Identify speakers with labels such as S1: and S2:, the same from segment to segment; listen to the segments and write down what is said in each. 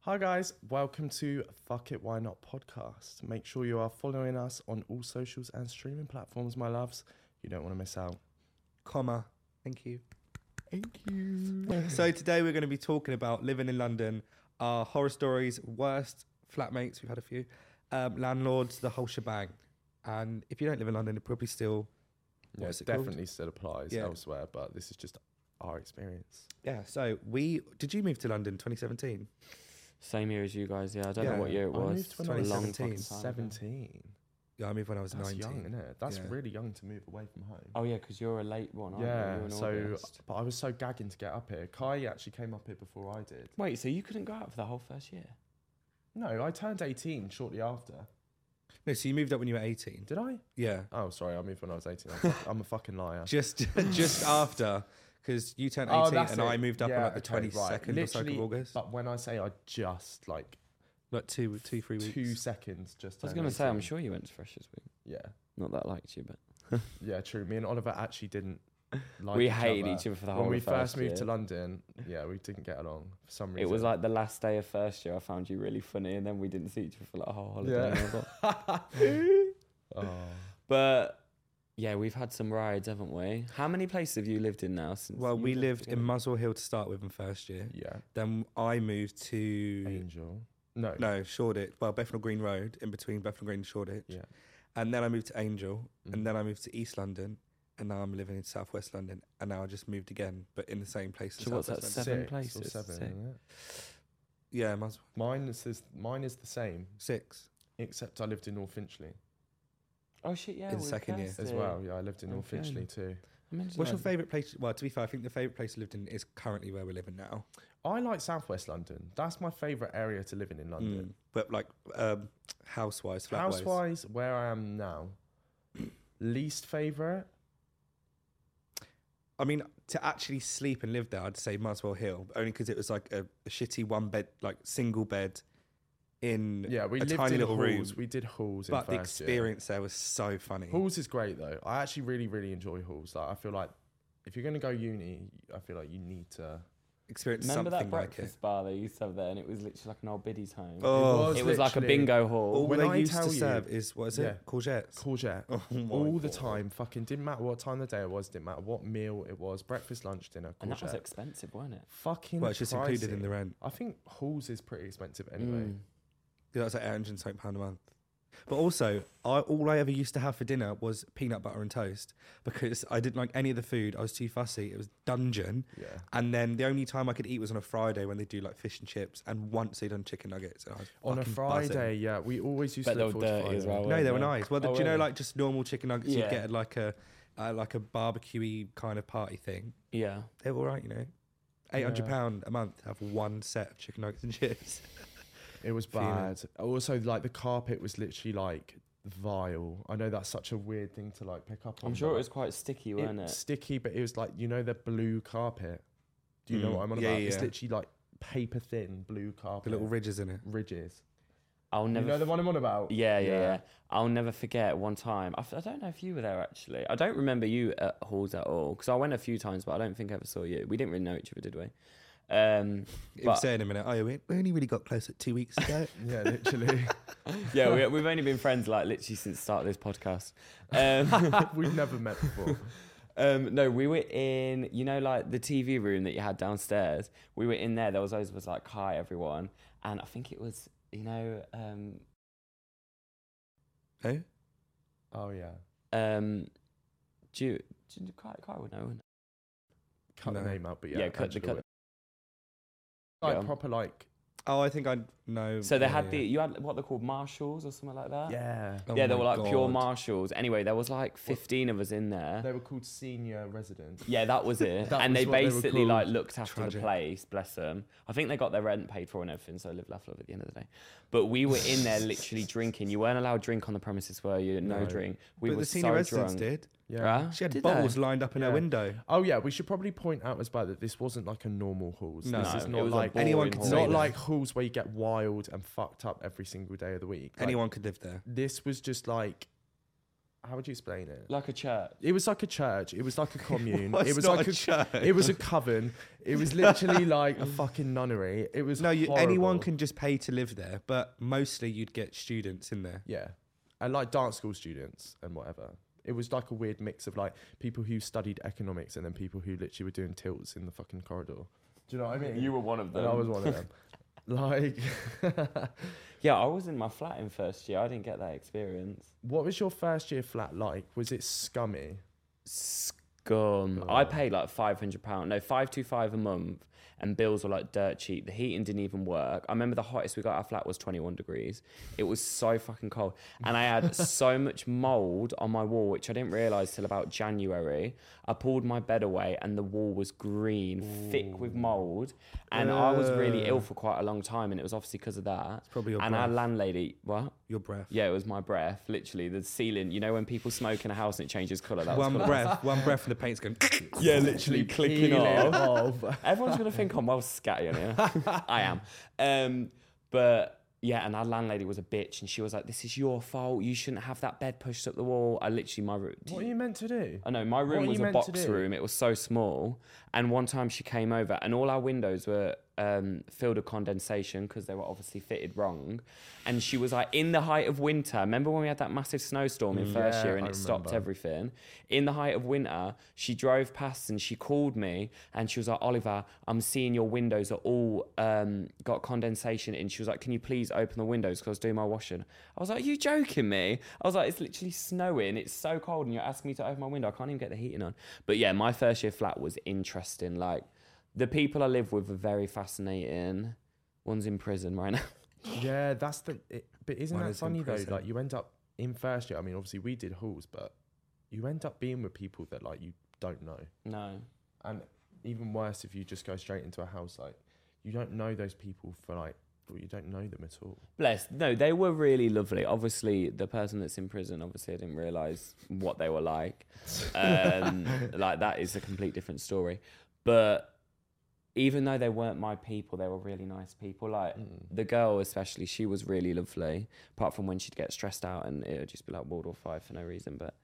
S1: Hi, guys. Welcome to Fuck It Why Not podcast. Make sure you are following us on all socials and streaming platforms, my loves. You don't want to miss out.
S2: comma. Thank you.
S1: Thank you.
S2: So today we're going to be talking about living in London, our horror stories, worst flatmates. We've had a few, um, landlords, the whole shebang. And if you don't live in London, it probably still
S1: Yeah,
S2: What's
S1: it
S2: it called?
S1: definitely still applies
S2: Yeah.
S1: elsewhere, but this is just our experience.
S2: yeah. So we did you move to London 2017?
S3: Same year as you guys, yeah. I don't
S2: Yeah.
S3: know what year it
S1: I
S3: was.
S1: moved when
S3: It's
S1: I
S3: a
S1: was
S3: long
S2: 17.
S3: fucking time ago.
S1: 17.
S2: Yeah, I moved when I was
S1: That's
S2: 19.
S1: young, isn't it? That's
S2: Yeah.
S1: really young to move away from home.
S3: Oh yeah, because you're a late one. Aren't You?
S1: yeah,
S3: You're in
S1: so,
S3: August.
S1: but I was so gagging to get up here. Kai actually came up here before I did.
S3: wait, so you couldn't go out for the whole first year?
S1: No, I turned 18 shortly after.
S2: No, so you moved up when you were 18.
S1: Did I?
S2: Yeah,
S1: Oh, sorry, I moved when I was 18. I'm fuck- I'm a fucking liar.
S2: just just after because you turned 18
S1: Oh, that's
S2: and I
S1: it.
S2: moved up on
S1: Yeah,
S2: like the
S1: okay, right.
S2: 22nd or so of
S1: Literally,
S2: August.
S1: But when I say I just like
S2: Like two, two, three weeks.
S1: two seconds, just
S3: I was
S1: turned
S3: gonna say, I'm
S1: 18.
S3: sure you went to Freshers Week.
S1: Yeah,
S3: Not that I liked you, but
S1: yeah, true. Me and Oliver actually didn't. Like
S3: we
S1: each
S3: hated
S1: other.
S3: each other for the whole.
S1: When we
S3: of first,
S1: first moved
S3: year.
S1: to London, yeah, we didn't get along for some reason.
S3: It was like the last day of first year. I found you really funny, and then we didn't see each other for like a whole holiday.
S1: Yeah.
S3: and I was like-
S1: Oh.
S3: but yeah, we've had some rides, haven't we? How many places have you lived in now since?
S2: Well,
S3: you
S2: we
S3: got
S2: lived in
S3: together?
S2: Muswell Hill to start with in first year.
S1: yeah,
S2: Then I moved to
S1: Angel. No,
S2: no Shoreditch, well Bethnal Green Road, in between Bethnal Green and Shoreditch.
S1: Yeah.
S2: And then I moved to Angel,
S1: Mhm.
S2: and then I moved to East London, and now I'm living in Southwest London, and now I just moved again, but in the same place. in
S3: So what's that,
S2: Southwest London.
S3: seven
S1: six or
S3: places,
S1: seven.
S3: six.
S1: isn't it?
S2: Yeah, Muswell
S1: Mine is this- mine is the same,
S2: six.
S1: except I lived in North Finchley
S3: Oh shit, yeah.
S2: in
S3: we
S2: second year as
S1: as
S3: Thursday.
S1: well. Yeah, I lived in North
S3: Okay.
S1: Finchley too.
S3: I mentioned
S2: What's your
S3: that.
S2: favourite place? Well, to be fair, I think the favourite place I lived in is currently where we're living now.
S1: I like Southwest London. That's my favourite area to live in in London.
S2: Mm. But like um, house-wise, flat-wise.
S1: Housewise, where I am now, least favourite.
S2: I mean, to actually sleep and live there, I'd say Muswell Hill, only because it was like a, a shitty one bed, like single bed in.
S1: Yeah, we
S2: a
S1: lived
S2: tiny
S1: in
S2: little room,
S1: halls. We did halls,
S2: but
S1: in
S2: the
S1: first year.
S2: experience there was so funny.
S1: Halls is great though. I actually really, really enjoy halls. Like I feel like if you're gonna go uni, I feel like you need to.
S2: Experience
S3: Remember that
S2: something like
S3: breakfast
S2: it.
S3: bar they used to have there, and it was literally like an old biddy's home.
S2: Oh,
S3: it was like a
S1: literally-
S3: bingo hall.
S2: all
S1: when
S2: they
S1: I
S2: used
S1: tell
S2: to
S1: you-
S2: serve is what is it?
S1: Yeah.
S2: Courgettes.
S1: courgette
S2: Oh my
S1: all the
S2: God.
S1: time. Fucking didn't matter what time of the day it was. Didn't matter what meal it was. Breakfast, lunch, dinner,
S3: and that was
S1: courgette.
S3: expensive, wasn't it?
S1: Fucking.
S2: Well, it's just included in
S1: pricey.
S2: the rent.
S1: I think halls is pretty expensive anyway.
S3: Mm.
S2: Yeah, That's like eight hundred and something pound a month. But also, I, all I ever used to have for dinner was peanut butter and toast because I didn't like any of the food. I was too fussy. It was dungeon.
S1: Yeah.
S2: And then the only time I could eat was on a Friday when they do like fish and chips, and once they done chicken nuggets. And I was
S1: On a
S2: fucking
S1: Friday,
S2: buzzing.
S1: yeah, we always used
S3: But
S1: to
S3: they
S1: look
S3: were
S1: forward to
S3: dirty as
S1: Friday.
S3: well,
S2: No, they were
S3: weren't they?
S2: nice. Well,
S3: Oh,
S2: do you know
S3: really?
S2: like just normal chicken nuggets you
S3: Yeah.
S2: get at like a uh, like a barbecue kind of party thing?
S3: Yeah.
S2: They were all right, you know. Eight hundred
S1: Yeah.
S2: pound a month to have one set of chicken nuggets and chips.
S1: It was
S2: Feeling.
S1: bad. Also, like the carpet was literally like vile. I know that's such a weird thing to like pick up on.
S3: I'm sure it
S1: but
S3: was quite sticky, weren't
S1: it's
S3: it?
S1: sticky, but it was like you know the blue carpet. Do you know
S2: Mm.
S1: what I'm on
S2: Yeah,
S1: about?
S2: yeah,
S1: It's
S2: yeah.
S1: literally like paper thin blue
S2: the
S1: carpet.
S2: little ridges in it.
S1: ridges.
S3: I'll
S1: You
S3: never.
S1: know the
S3: f-
S1: one I'm on about.
S3: yeah, yeah,
S1: Yeah.
S3: yeah, I'll never forget one time. I, f- I don't know if you were there actually. I don't remember you at halls at all because I went a few times, but I don't think I ever saw you. We didn't really know each other, did we? Um,
S2: If you
S3: But-
S2: say in a minute, oh, we we only really got close at two weeks ago.
S1: Yeah, literally.
S3: yeah, we, we've only been friends like literally since the start of this podcast. Um,
S1: We've never met before.
S3: Um, no, we were in, you know, like the TV room that you had downstairs. We were in there. There was always was like, hi, everyone. And I think it was, you know, um,
S2: no?
S1: Oh yeah.
S3: um, Ju Ju- Kai, Kai would know. wouldn't
S1: Cut the
S2: No.
S1: name out, but
S3: Yeah,
S1: yeah.
S3: cut the-
S1: Angela
S3: cut
S1: would. Like
S3: Yeah.
S1: proper like.
S2: Oh, I think I know.
S3: it? So they
S2: yeah,
S3: had
S2: yeah.
S3: the, you had what they're called marshals or something like that.
S1: Yeah.
S2: Oh
S3: yeah, they
S2: my
S3: were like pure
S2: God.
S3: marshals. Anyway, there was like 15 of us in there.
S1: They were called senior residents.
S3: Yeah, that was it.
S1: That
S3: and
S1: was
S3: they
S1: what they were
S3: basically
S1: called.
S3: like looked after
S2: Tragic.
S3: the place, bless them. I think they got their rent paid for and everything, so live, laugh, love at the end of the day. But we were in there literally drinking. You weren't allowed drink on the premises, were you? No,
S1: No.
S3: drink. We
S2: but
S3: were
S2: the senior
S3: so
S2: residents
S3: drunk.
S2: did.
S1: Yeah.
S3: Huh?
S2: She had
S3: Did
S2: bottles
S3: they?
S2: lined up in
S1: Yeah.
S2: her window.
S1: Oh yeah, we should probably point out as well that this wasn't like a normal halls.
S2: No,
S1: this is
S3: it
S1: not
S3: was a
S1: like
S3: boring
S2: anyone could
S3: hall.
S1: It's
S2: say
S1: not
S2: that.
S1: like halls where you get wild and fucked up every single day of the week. Like,
S2: Anyone could live there.
S1: This was just like how would you explain it?
S3: Like a church.
S1: It was like a church. It was like a commune.
S2: Well,
S1: it
S2: it's
S1: was
S2: not
S1: like
S2: a
S1: a,
S2: church.
S1: it was a coven. It was literally like a fucking nunnery. It was
S2: no, you, anyone
S1: horrible.
S2: can just pay to live there, but mostly you'd get students in there.
S1: Yeah. And like dance school students and whatever. It was like a weird mix of like people who studied economics and then people who literally were doing tilts in the fucking corridor. Do you know what I mean?
S3: You were one of them.
S1: and I was one of them. like,
S3: Yeah, I was in my flat in first year. I didn't get that experience.
S1: what was your first year flat like? Was it scummy?
S3: Scum. I paid like five hundred pound, no five two five a month, and bills were like dirt cheap. The heating didn't even work. I remember the hottest we got at our flat was twenty one degrees. It was so fucking cold, and I had so much mold on my wall, which I didn't realize till about January. I pulled my bed away, and the wall was green, thick with mold, and I was really ill for quite a long time, and it was obviously because of that.
S2: Uh. probably your
S3: and our
S2: breath.
S3: landlady, what?
S2: Your breath.
S3: Yeah, it was my breath. Literally, the ceiling. You know when people smoke in a house and it changes color. That was
S2: One
S3: colour.
S2: breath, one breath, and the paint's going.
S3: Yeah, literally clicking
S1: Peeling
S3: off.
S1: off.
S3: Everyone's gonna think I'm well scatty on here. I am. Um, but yeah, and our landlady was a bitch, and she was like, "This is your fault. You shouldn't have that bed pushed up the wall." I literally my room.
S1: What are you meant to do?
S3: I know my
S1: What
S3: room
S1: are
S3: was
S1: you
S3: a
S1: meant to
S3: box
S1: do?
S3: room. It was so small. And one time she came over, and all our windows were um, filled with condensation because they were obviously fitted wrong. And she was like, in the height of winter. Remember when we had that massive snowstorm in first
S1: Yeah,
S3: year and
S1: I
S3: it stopped
S1: remember.
S3: everything? In the height of winter, she drove past and she called me, and she was like, Oliver, I'm seeing your windows are all um, got condensation in. She was like, Can you please open the windows because I was doing my washing? I was like, Are you joking me? I was like, It's literally snowing. It's so cold, and you're asking me to open my window. I can't even get the heating on. But yeah, my first year flat was interesting. Like, the people I live with are very fascinating. One's in prison right now.
S1: Yeah, that's the. It, but isn't
S2: One
S1: that
S2: is in
S1: funny though?
S2: prison.
S1: Like you end up in first year. I mean, obviously we did halls, but you end up being with people that like you don't know,
S3: No.
S1: and even worse if you just go straight into a house like you don't know those people for like well, you don't know them at all.
S3: Bless. No, they were really lovely. Obviously, the person that's in prison, obviously, I didn't realise what they were like. Um, like, that is a complete different story. But even though they weren't my people, they were really nice people. Like,
S1: Mm.
S3: the girl, especially, she was really lovely, apart from when she'd get stressed out and it would just be like World War Five for no reason. But.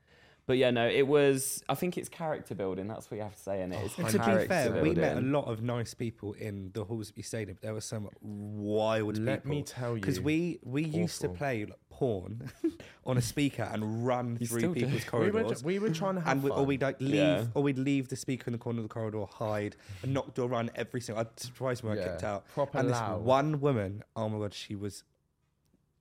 S3: But yeah, no, it was. I think it's character building. That's what you have to say in it. It's
S2: Oh, to
S3: character
S2: be fair, we met a
S3: building.
S2: lot of nice people in the Hallsby Stadium. There were some wild
S1: Let
S2: people.
S1: me tell you,
S2: because we we used to
S1: awful.
S2: play like, porn on a speaker and run
S3: You
S2: through
S3: still do.
S2: people's
S1: we
S2: corridors.
S1: were, ju- we were trying to have
S2: and we,
S1: fun.
S2: or we'd like leave,
S3: Yeah.
S2: or we'd leave the speaker in the corner of the corridor, hide, and knock door, run every single. I'd surprise when I
S1: Yeah,
S2: kicked out.
S1: proper
S2: and
S1: loud.
S2: this one woman, oh my god, she was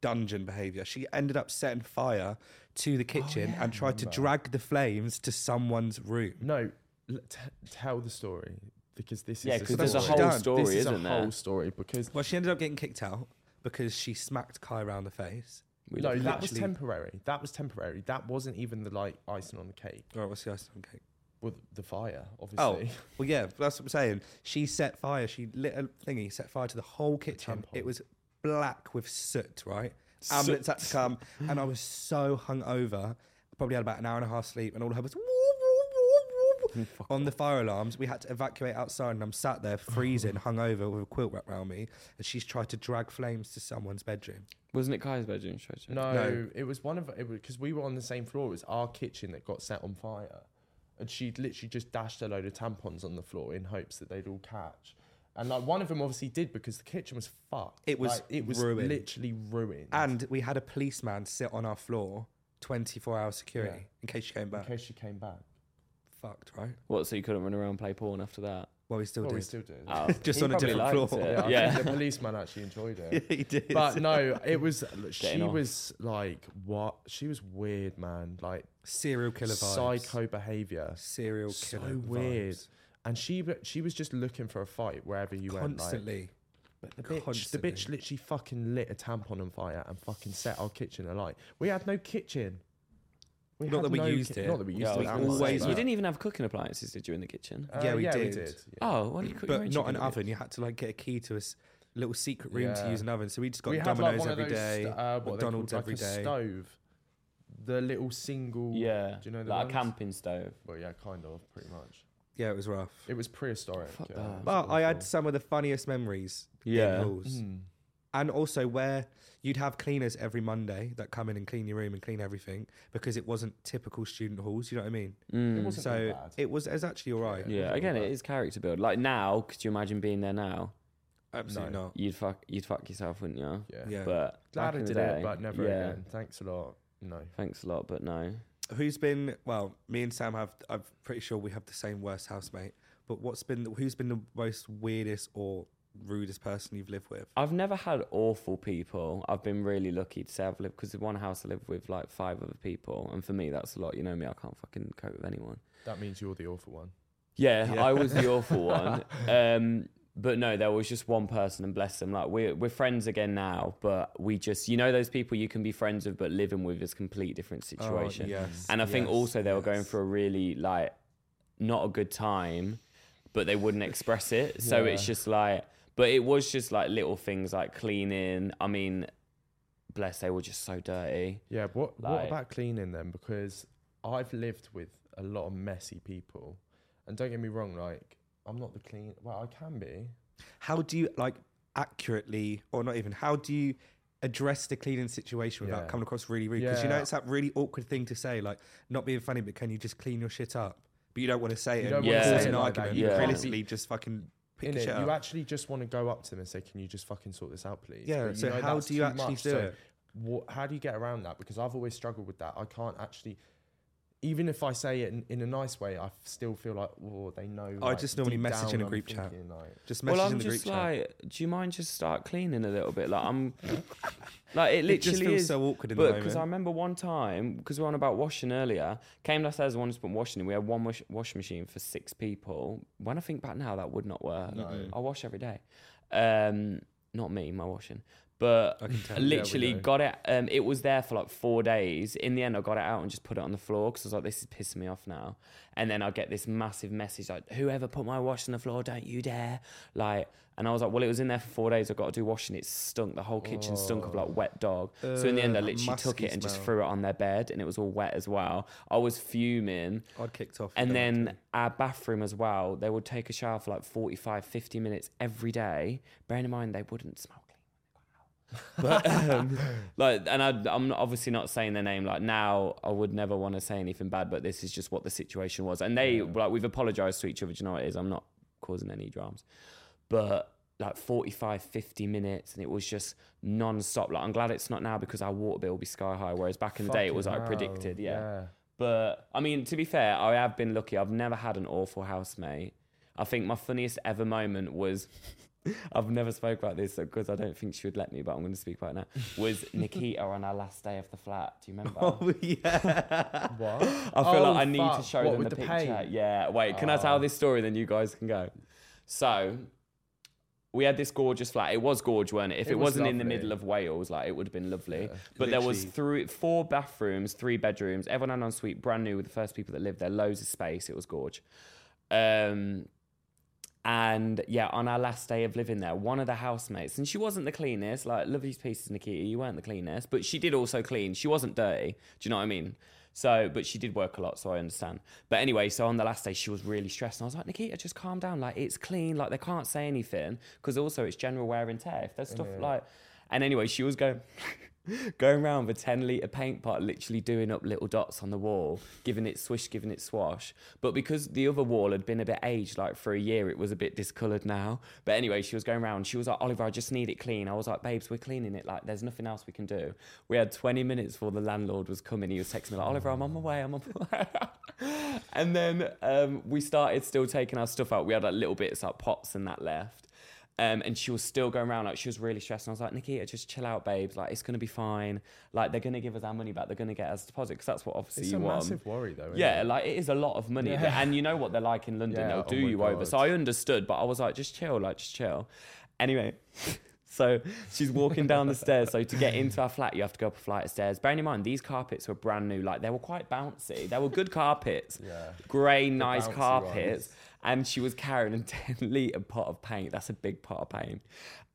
S2: dungeon behavior. She ended up setting fire to the kitchen and tried to drag the flames to someone's room.
S1: no, l- t- tell the story because this
S3: Yeah,
S1: is
S3: 'cause
S1: because
S3: there's a
S2: That's what she
S3: whole
S2: done.
S3: story,
S1: this is
S3: isn't
S1: a
S3: there?
S1: whole story because
S2: Well, she ended up getting kicked out because she smacked Kai around the face.
S3: We
S1: no,
S3: love
S1: that was
S2: literally-
S1: temporary. That was temporary. That wasn't even the like icing on the cake.
S2: Oh, what's the ice cream cake?
S1: With the fire,
S2: Oh,
S1: obviously.
S2: well, yeah, that's what I'm saying. She set fire. She lit a thingy, set fire to the whole kitchen.
S1: tampon.
S2: It was black with soot, right? Ambulance had to come, and I was so hungover. I probably had about an hour and a half sleep, and all I heard was woo, woo, woo, woo, woo, on the fire alarms. We had to evacuate outside, and I'm sat there freezing, hungover, with a quilt wrapped around me. And she's tried to drag flames to someone's bedroom.
S3: Wasn't it Kai's bedroom? should I check?
S1: No,
S2: No.
S1: it was one of it because we were on the same floor. It was our kitchen that got set on fire, and she'd literally just dashed a load of tampons on the floor in hopes that they'd all catch. And like one of them obviously did because the kitchen was fucked.
S2: It was
S1: Like, it was
S2: ruined.
S1: literally ruined.
S2: And we had a policeman sit on our floor, 24 hour security,
S1: Yeah.
S2: in case she came
S1: in
S2: back.
S1: case she came back,
S2: Fucked, right?
S3: What? So you couldn't run around and play porn after that?
S2: Well, we still
S1: well,
S2: did.
S1: we still did.
S3: Oh,
S2: Just
S3: he
S2: on a
S3: probably
S2: different
S3: liked
S2: floor.
S3: it.
S1: Yeah, I
S3: Yeah.
S1: think the policeman actually enjoyed it.
S2: he did.
S1: But no, it was she
S3: off.
S1: was like what? She was weird, man. Like
S2: serial killer vibes.
S1: psycho behavior.
S2: Serial
S1: So
S2: killer.
S1: weird.
S2: vibes.
S1: And she she was just looking for a fight wherever you went. Like,
S2: Constantly.
S1: But the bitch, the
S2: Constantly.
S1: bitch literally fucking lit a tampon on fire and fucking set our kitchen alight. We had no kitchen. We
S2: Not
S1: had
S2: that we
S1: no
S2: used it.
S1: Not that we used
S3: Yeah, I
S1: it.
S3: was
S1: that
S3: gonna
S1: was
S3: say,
S1: like
S2: always-
S3: you
S1: that.
S3: didn't even have cooking appliances, did you, in the kitchen?
S1: Uh,
S2: Yeah, we
S1: yeah,
S2: did.
S1: yeah.
S3: Oh, why do you cook your
S2: but
S3: own
S2: not
S3: chicken
S2: an
S3: nuggets?
S2: oven. You had to like get a key to a s- little secret room to
S1: Yeah.
S2: use an oven. So we just got
S1: we had like
S2: Domino's
S1: one of those,
S2: every day,
S1: uh, what they're
S2: McDonald's
S1: called,
S2: every
S1: like
S2: day.
S1: a stove. The little single.
S3: Yeah.
S1: Do you know the
S3: like
S1: ones?
S3: a camping stove?
S1: Well, yeah, kind of, pretty much.
S2: Yeah, it was rough.
S1: It was prehistoric.
S3: Fuck
S1: yeah,
S3: that.
S1: it was
S2: But I had
S1: awful.
S2: some of the funniest memories. in
S3: Yeah.
S2: halls.
S1: Mm.
S2: And also where you'd have cleaners every Monday that come in and clean your room and clean everything because it wasn't typical student halls. You know what I mean?
S1: It
S3: Mm.
S1: wasn't so
S2: So
S1: bad.
S2: it was, it was actually all right.
S3: Yeah, again, it is character build. Like now, could you imagine being there now?
S2: Absolutely
S1: No.
S2: not.
S3: You'd fuck, you'd fuck yourself, wouldn't you?
S1: yeah.
S2: Yeah.
S3: But
S1: Glad
S3: back
S1: I
S3: in the
S1: did
S3: day,
S1: it, but never
S3: yeah.
S1: again. Thanks a lot. No.
S3: Thanks a lot, but no.
S2: Who's been? Well, me and Sam have. I'm pretty sure we have the same worst housemate. But what's been? Who's been the most weirdest or rudest person you've lived with?
S3: I've never had awful people. I've been really lucky to say I've lived because in one house I lived with like five other people, and for me that's a lot. You know me, I can't fucking cope with anyone.
S1: That means you're the awful one.
S3: Yeah,
S2: Yeah.
S3: I was the awful one. Um, but no, there was just one person, and bless them. Like we're we're friends again now, but we just you know those people you can be friends with, but living with is a complete different situation.
S2: Oh, yes,
S3: And I think
S2: yes,
S3: also they were
S2: yes.
S3: going for a really like not a good time, but they wouldn't express it. So it's
S1: Yeah.
S3: just like, but it was just like little things like cleaning. I mean, bless they were just so dirty.
S1: Yeah, what what
S3: Like-
S1: about cleaning them? Because I've lived with a lot of messy people, and don't get me wrong, like I'm not the clean. Well, I can be.
S2: How do you like accurately, or not even? How do you address the cleaning situation without
S1: Yeah.
S2: coming across really rude? Because you know
S1: Yeah.
S2: it's that really awkward thing to say, like not being funny, but can you just clean your shit up? But you don't want to say
S1: You
S2: it.
S1: don't
S2: and
S3: wanna
S2: cause
S3: say
S2: an
S1: it like that.
S2: argument.
S3: You
S2: Yeah.
S3: can't
S2: Realistically, just fucking pick
S1: In
S2: your
S1: it,
S2: shit
S1: you
S2: up.
S1: actually just want to go up to them and say, "Can you just fucking sort this out, please?"
S2: Yeah.
S1: But
S2: So
S1: know
S2: how
S1: that's
S2: do you
S1: too
S2: actually
S1: much,
S2: do
S1: so
S2: it?
S1: what, how do you get around that? Because I've always struggled with that. I can't actually, even if I say it in, in a nice way, I f- still feel like, oh, they know.
S2: I
S1: like,
S2: just normally
S1: deep
S2: message
S1: down
S2: in a
S1: I'm
S2: group chat.
S1: thinking, like-
S2: Just message
S3: well, I'm
S2: in the
S3: just
S2: group chat.
S3: like, do you mind just start cleaning a little bit? Like I'm, like it literally
S2: it just feels
S3: is.
S2: so awkward in the
S3: But
S2: moment.
S3: because I remember one time, because we were on about washing earlier, came downstairs and wanted to put washing in. We had one wash, wash machine for six people. When I think back now, that would not work.
S1: No.
S3: I wash every day. Um, not me, my washing. But
S2: I can tell.
S3: I
S1: we
S3: literally
S1: know.
S3: got it. Um, it was there for like four days. In the end, I got it out and just put it on the floor because I was like, this is pissing me off now. And then I get this massive message like, whoever put my wash on the floor, don't you dare. Like, and I was like, well, it was in there for four days. I got to do washing. It stunk. The whole kitchen stunk of like wet dog. so in the end, I
S2: Ugh,
S3: literally took
S2: Oh. Uh, musky
S3: it and just
S2: smell.
S3: threw it on their bed, and it was all wet as well. I was fuming.
S2: I'd kicked off.
S3: And
S2: with that
S3: then
S2: too.
S3: our bathroom as well, they would take a shower for like 45, 50 minutes every day. Bearing in mind, they wouldn't smell clean. But, um, like, and I, I'm not- obviously not saying their name. Like now, I would never want to say anything bad, but this is just what the situation was. And they, like, we've apologized to each other. Do you know what it is? I'm not causing any dramas. But like 45, 50 minutes, and it was just non-stop. Like, I'm glad it's not now because our water bill will be sky high. Whereas back in the day, it was like
S1: Fucking hell,
S3: predicted. yeah. But I mean, to be fair, I have been lucky. I've never had an awful housemate. I think my funniest ever moment was I've never spoke about this because I don't think she would let me, but I'm going to speak about it now. Was Nikita on our last day of the flat? Do you remember?
S2: Oh yeah.
S1: What?
S3: I feel
S1: Oh,
S3: like I need
S1: fuck.
S3: to show
S1: What,
S3: them
S1: with
S3: the,
S1: the
S3: picture.
S1: paint? Oh.
S3: Yeah. Wait, can I tell this story? Then you guys can go. So we had this gorgeous flat. It was gorge, weren't it? If it,
S1: It was
S3: wasn't in the
S1: lovely.
S3: middle of Wales, like it would have been lovely. But there was
S2: Literally.
S3: through four bathrooms, three bedrooms. Everyone had an ensuite, brand new. With the first people that lived there, loads of space. It was gorge. Um, and yeah, on our last day of living there, one of the housemates, and she wasn't the cleanest, like, love these pieces, Nikita, you weren't the cleanest, but she did also clean. She wasn't dirty. Do you know what I mean? So, but she did work a lot, so I understand. But anyway, so on the last day, she was really stressed. And I was like, Nikita, just calm down. Like, it's clean. Like, they can't say anything. Because also, it's general wear and tear. If there's stuff like. And anyway, she was going. Going around with a 10 litre paint pot, literally doing up little dots on the wall, giving it swish, giving it swash. But because the other wall had been a bit aged, like for a year, it was a bit discoloured now. But anyway, she was going around. She was like, Oliver, I just need it clean. I was like, babes, we're cleaning it. Like, there's nothing else we can do. We had 20 minutes before the landlord was coming. He was texting me, like, Oliver, I'm on my way. I'm on my way. and then um, we started still taking our stuff out. We had like little bits, like pots and that left. Um, and she was still going around like she was really stressed. And I was like, Nikita, just chill out, babes. Like it's gonna be fine. Like they're gonna give us our money back. They're gonna get us deposit because that's what obviously
S1: It's
S3: you
S1: a
S3: want.
S1: massive worry, though. isn't
S3: yeah,
S1: it?
S3: like it is a lot of money, and you know what they're like in London.
S1: Yeah,
S3: They'll
S1: oh
S3: do
S1: my
S3: you over.
S1: God.
S3: So I understood, but I was like, just chill, like just chill. Anyway, so she's walking down the stairs. So to get into our flat, you have to go up a flight of stairs. Bearing in mind, these carpets were brand new. Like they were quite bouncy. They were good carpets.
S1: Yeah.
S3: Grey, nice
S1: bouncy ones.
S3: carpets and she was carrying a 10 litre pot of paint. That's a big pot of paint.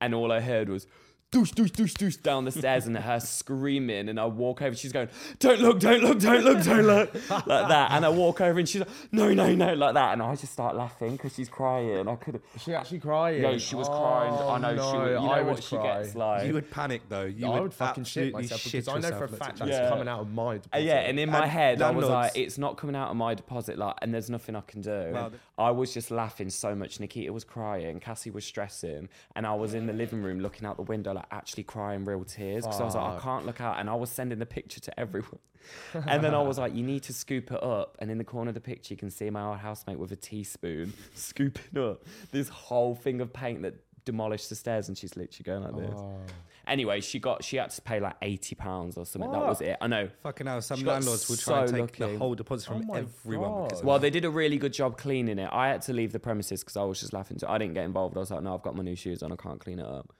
S3: And all I heard was, doosh, doosh, doosh, doosh down the stairs and her screaming. And I walk over, she's going, don't look, don't look, don't look, don't look, like that. And I walk over and she's like, no, no, no, like that. And I just start laughing because she's crying. I could
S1: She actually crying. Oh,
S3: Yeah, she was crying. I know she was. You know
S1: I
S3: what
S1: would
S3: she
S1: cry.
S3: gets like.
S2: You would panic though. You
S1: I would fucking shit
S2: absolutely
S1: myself
S2: shit
S1: because I know for a
S2: yourself at
S1: fact
S2: that
S1: that's
S3: Yeah.
S1: coming out of my deposit.
S3: Uh, yeah, and in my
S2: And
S3: head, I was
S2: landlords.
S3: like, it's not coming out of my deposit, like, and there's nothing I can do. And
S2: Wow, th-
S3: I was just laughing so much. Nikita was crying, Cassie was stressing, and I was in the living room looking out the window, like, actually crying real tears because I was like, I can't look out. And I was sending the picture to everyone. and then I was like, you need to scoop it up. And in the corner of the picture, you can see my old housemate with a teaspoon scooping up this whole thing of paint that demolished the stairs, and she's literally going like
S2: Oh.
S3: this. Anyway, she got she had to pay like eighty pounds or something. That was it. I know.
S2: Fucking hell, some
S3: She got
S2: landlords will try and
S3: so
S2: take
S3: lucky. Oh
S2: the whole deposit from
S1: my
S2: everyone. Because
S1: God.
S3: Well, they did a really good job cleaning it. I had to leave the premises because I was just laughing. So I didn't get involved. I was like, no, I've got my new shoes on. I can't clean it up.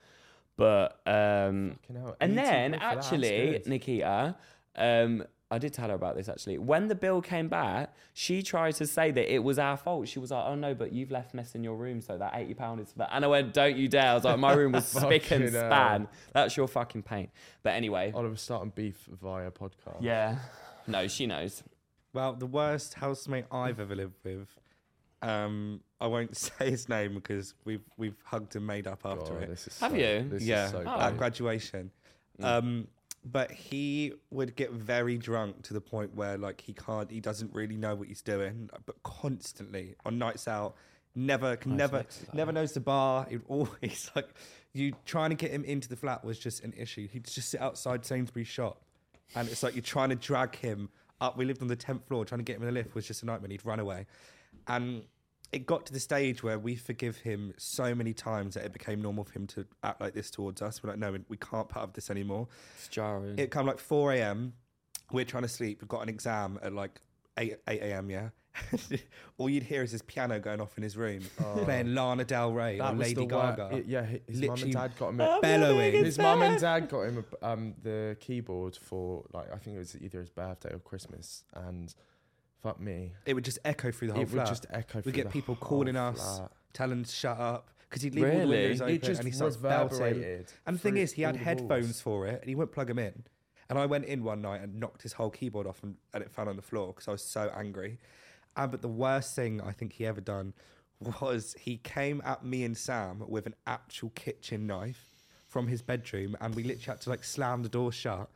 S3: But um,
S1: Fucking hell,
S3: and
S1: 80
S3: then
S1: quid for that, that's
S3: actually,
S1: good.
S3: Nikita, um, I did tell her about this actually. When the bill came back, she tried to say that it was our fault. She was like, "Oh no, but you've left mess in your room, so that eighty pound is for that." And I went, "Don't you dare!" I was like, "My room was spick and
S1: Fucking hell. Oh.
S3: span. That's your fucking paint." But anyway,
S1: Oliver starting beef via podcast.
S3: yeah, no, she knows.
S2: Well, the worst housemate I've ever lived with. Um, I won't say his name because we've we've hugged and made up after
S1: God,
S2: it.
S1: this is
S3: Have
S1: so-
S3: you?
S1: This
S2: yeah,
S1: Is so
S3: Oh.
S2: at
S1: bad. Mm.
S2: graduation. Um, but he would get very drunk to the point where like he can't, he doesn't really know what he's doing, but constantly on nights out, never, can never, never knows the bar. He'd always like you trying to get him into the flat was just an issue. He'd just sit outside Sainsbury's shop, and it's like you're trying to drag him up. We lived on the tenth floor, trying to get him in the lift was just a nightmare. He'd run away, and it got to the stage where we forgive him so many times that it became normal for him to act like this towards us. We're like, no, we can't put up with this anymore.
S3: It's jarring.
S2: It come like 4 a.m. We're trying to sleep. We've got an exam at like 8, 8 a.m. Yeah. All you'd hear is his piano going off in his room, playing Lana Del Rey or
S1: Oh. That was
S2: Lady
S1: the wor-
S2: Gaga.
S1: it- yeah, hi- his mum
S2: Literally
S1: and dad got him. A,
S2: Bellowing.
S1: his mum and dad got him a, um, the keyboard for like I think it was either his birthday or Christmas, and fuck me,
S2: It would just echo through the whole
S1: it would
S2: flat.
S1: just echo.
S2: we
S1: through
S2: get
S1: the
S2: people
S1: whole
S2: calling us,
S1: flat.
S2: telling us to shut up because he'd leave all the
S3: Really?
S2: windows open
S1: It just
S2: and he starts belting.
S1: reverberated.
S2: And the thing
S1: through
S2: is, he
S1: all
S2: had
S1: the walls.
S2: headphones for it, and he wouldn't plug them in. And I went in one night and knocked his whole keyboard off, and, and it fell on the floor because I was so angry. And but the worst thing I think he ever done was he came at me and Sam with an actual kitchen knife from his bedroom, and we literally had to like slam the door shut.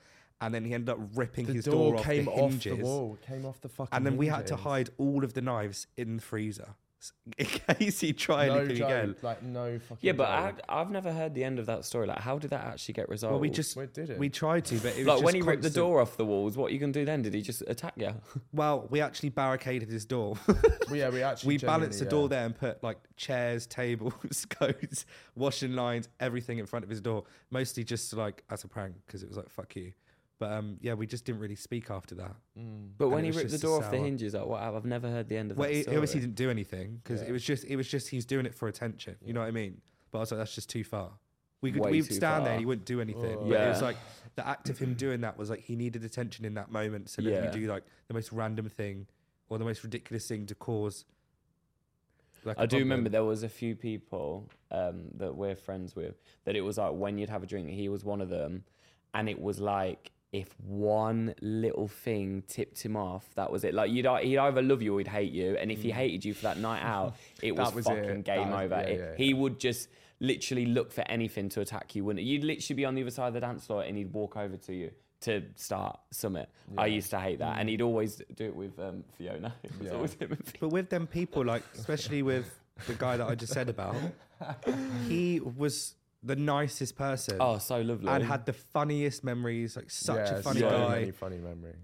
S2: And then he ended up ripping
S1: The
S2: his
S1: door,
S2: door, off
S1: came
S2: the
S1: off
S2: hinges.
S1: the wall, came off the fucking.
S2: and then we had to
S1: hinges.
S2: hide all of the knives in the freezer s- in case he tried
S1: No
S2: anything
S1: joke,
S2: again.
S1: like no fucking.
S3: Yeah, but I,
S1: joke.
S3: I've never heard the end of that story. Like, how did that actually get resolved?
S2: Well, we just
S1: Well, Oh, did it?
S2: we tried to, but it was
S3: like
S2: just
S3: when he ripped the
S2: constant.
S3: door off the walls. What are you gonna do then? Did he just attack you?
S2: Well, we actually barricaded his door.
S1: Well, yeah, we actually
S2: we balanced the
S1: genuinely,
S2: door
S1: yeah.
S2: there and put like chairs, tables, coats, washing lines, everything in front of his door. Mostly just like as a prank because it was like fuck you. But um, yeah, we just didn't really speak after that.
S1: Mm.
S3: But
S2: And it
S3: when he
S2: was
S3: ripped the
S2: just a
S3: door off the
S2: sour-
S3: hinges, like what? I've never heard the end of
S2: Well,
S3: that
S2: he, he
S3: story.
S2: obviously didn't do anything because
S1: Yeah.
S2: it was just it was just he was doing it for attention. You know what I mean? But I was like, that's just too far. We could
S3: Way
S2: we'd
S3: too
S2: stand there
S3: far.
S2: and he wouldn't do anything.
S1: Oh.
S2: But it was
S3: Yeah.
S2: like the act of him doing that was like he needed attention in that moment. So that
S3: Yeah.
S2: you do like the most random thing or the most ridiculous thing to cause. Like a
S3: I do
S2: problem.
S3: remember there was a few people um, that we're friends with that it was like when you'd have a drink, he was one of them, and it was like if one little thing tipped him off, that was it. Like you'd ei- he'd either love you or he'd hate you, and if he hated you for that night out, it was,
S1: Mm. That was it.
S3: fucking
S1: That
S3: game
S1: was-
S3: over.
S1: yeah,
S3: It-
S1: yeah,
S3: He would just literally look for anything to attack you, wouldn't he? You'd literally be on the other side of the dance floor, and he'd walk over to you. To start summit, I used to hate that, and he'd always do it with um, Fiona. It was
S1: Mm. Yeah.
S3: always him and Fiona.
S2: But with them people, like especially with the guy that I just said about, he was the nicest person
S3: Oh, so lovely.
S2: and had the funniest memories. Like such
S1: Yeah,
S2: a funny
S1: so
S2: guy.
S1: Many funny memories.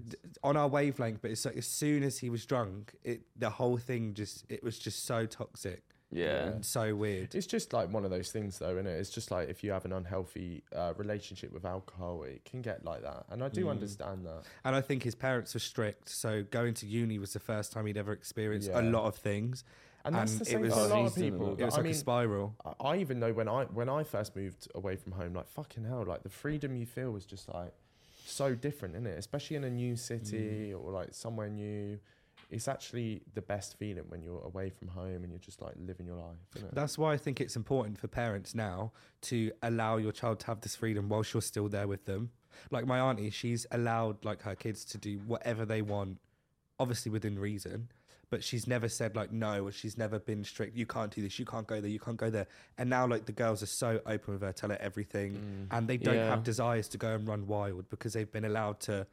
S2: on our wavelength, but it's like as soon as he was drunk, it the whole thing just it was just so toxic
S3: yeah.
S2: and so weird.
S1: It's just like one of those things, though, isn't it? It's just like if you have an unhealthy uh, relationship with alcohol, it can get like that. And I do
S2: Mm.
S1: understand that.
S2: And I think his parents were strict, so going to uni was the first time he'd ever experienced a
S1: Yeah.
S2: lot of things.
S1: And that's the
S2: it
S1: same
S2: was-
S1: for a lot of
S3: Seasonal.
S1: people.
S2: It was
S1: I
S2: like
S1: mean,
S2: a spiral.
S1: I- I even know when I when I first moved away from home, like fucking hell, like the freedom you feel is
S2: Mm.
S1: just like so different, isn't it? Especially in a new city or like somewhere new. it's actually the best feeling when you're away from home and you're just like living your life. Isn't it?
S2: That's why I think it's important for parents now to allow your child to have this freedom whilst you're still there with them. Like my auntie, she's allowed like her kids to do whatever they want, obviously within reason, but she's never said like no, or she's never been strict, you can't do this, you can't go there, you can't go there. And now like the girls are so open with her, tell her everything, and they don't
S3: Mm. Yeah.
S2: have desires to go and run wild because they've been allowed to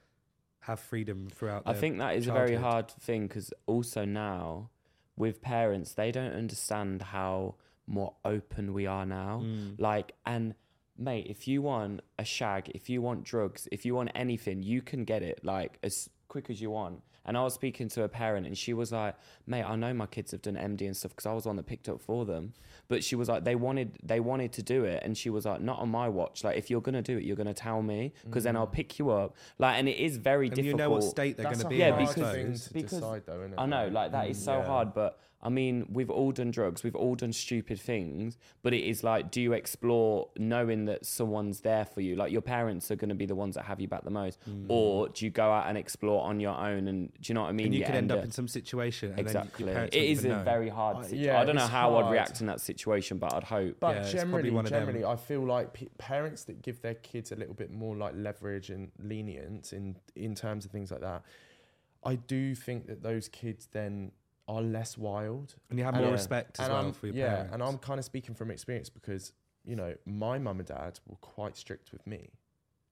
S2: have freedom throughout.
S3: I
S2: their
S3: think that is a very
S2: childhood.
S3: hard thing because also now with parents, they don't understand how more open we are now.
S2: Mm.
S3: Like, and mate, if you want a shag, if you want drugs, if you want anything, you can get it like as quick as you want. And I was speaking to a parent and she was like, mate, I know my kids have done MD and stuff because I was the one that picked up for them. But she was like, they wanted they wanted to do it. And she was like, not on my watch. Like, if you're going to do it, you're going to tell me because then I'll pick you up. Like, and it is very
S2: Mm. And you
S3: difficult.
S2: know what state they're going
S1: That's
S2: to
S1: a
S2: be
S3: Yeah,
S2: in, I
S1: hard
S3: because-
S1: thing
S2: suppose.
S1: to
S3: because-
S1: decide though, isn't it?
S3: I know, like that is so
S1: Yeah.
S3: hard, but I mean, we've all done drugs, we've all done stupid things, but it is like, do you explore knowing that someone's there for you? Like your parents are going to be the ones that have you back the most,
S2: Mm.
S3: or do you go out and explore on your own? And do you know what I mean?
S2: And you could end up in some situation. And
S3: exactly.
S2: Then your
S3: It
S2: parents wouldn't
S3: is a
S2: even know. Uh,
S3: very hard situation.
S1: yeah,
S3: I don't know
S1: it's
S3: how I'd
S1: hard.
S3: react in that situation, but I'd hope.
S2: Yeah,
S1: But
S2: it's probably
S1: generally,
S2: one of them.
S1: generally, I feel like p- parents that give their kids a little bit more like leverage and lenience in in terms of things like that, I do think that those kids then are less wild
S2: And you have
S1: And
S2: more
S1: I'm-
S2: respect as
S1: and
S2: well
S1: I'm,
S2: for your
S1: yeah,
S2: parents.
S1: and I'm kind of speaking from experience because you know my mum and dad were quite strict with me,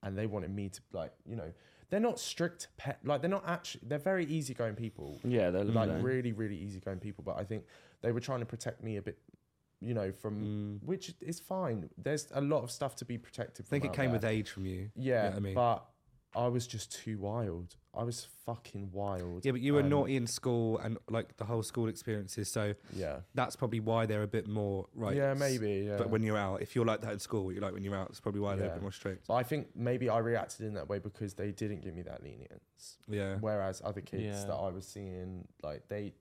S1: and they wanted me to like you know they're not strict pet like they're not actually they're very easygoing people
S3: Yeah, they're
S2: Mm,
S1: like
S3: lovely.
S1: really really easygoing people, but I think they were trying to protect me a bit, you know,
S2: Mm.
S1: from which is fine. There's a lot of stuff to be protected.
S2: I
S1: From
S2: think it
S1: out
S2: came
S1: there.
S2: with age from you. you know
S1: Yeah,
S2: what I mean,
S1: but I was just too wild. I was fucking wild.
S2: yeah, but you were
S1: um,
S2: naughty in school and like the whole school experiences. So
S1: Yeah,
S2: that's probably why they're a bit more right.
S1: yeah,
S2: s-
S1: maybe. Yeah.
S2: But when you're out, if you're like that in school, what you're like when you're out, it's probably why they're a
S1: Yeah.
S2: bit more strict.
S1: But I think maybe I reacted in that way because they didn't give me that lenience.
S2: Yeah.
S1: Whereas other kids
S3: Yeah.
S1: that I was seeing, like they,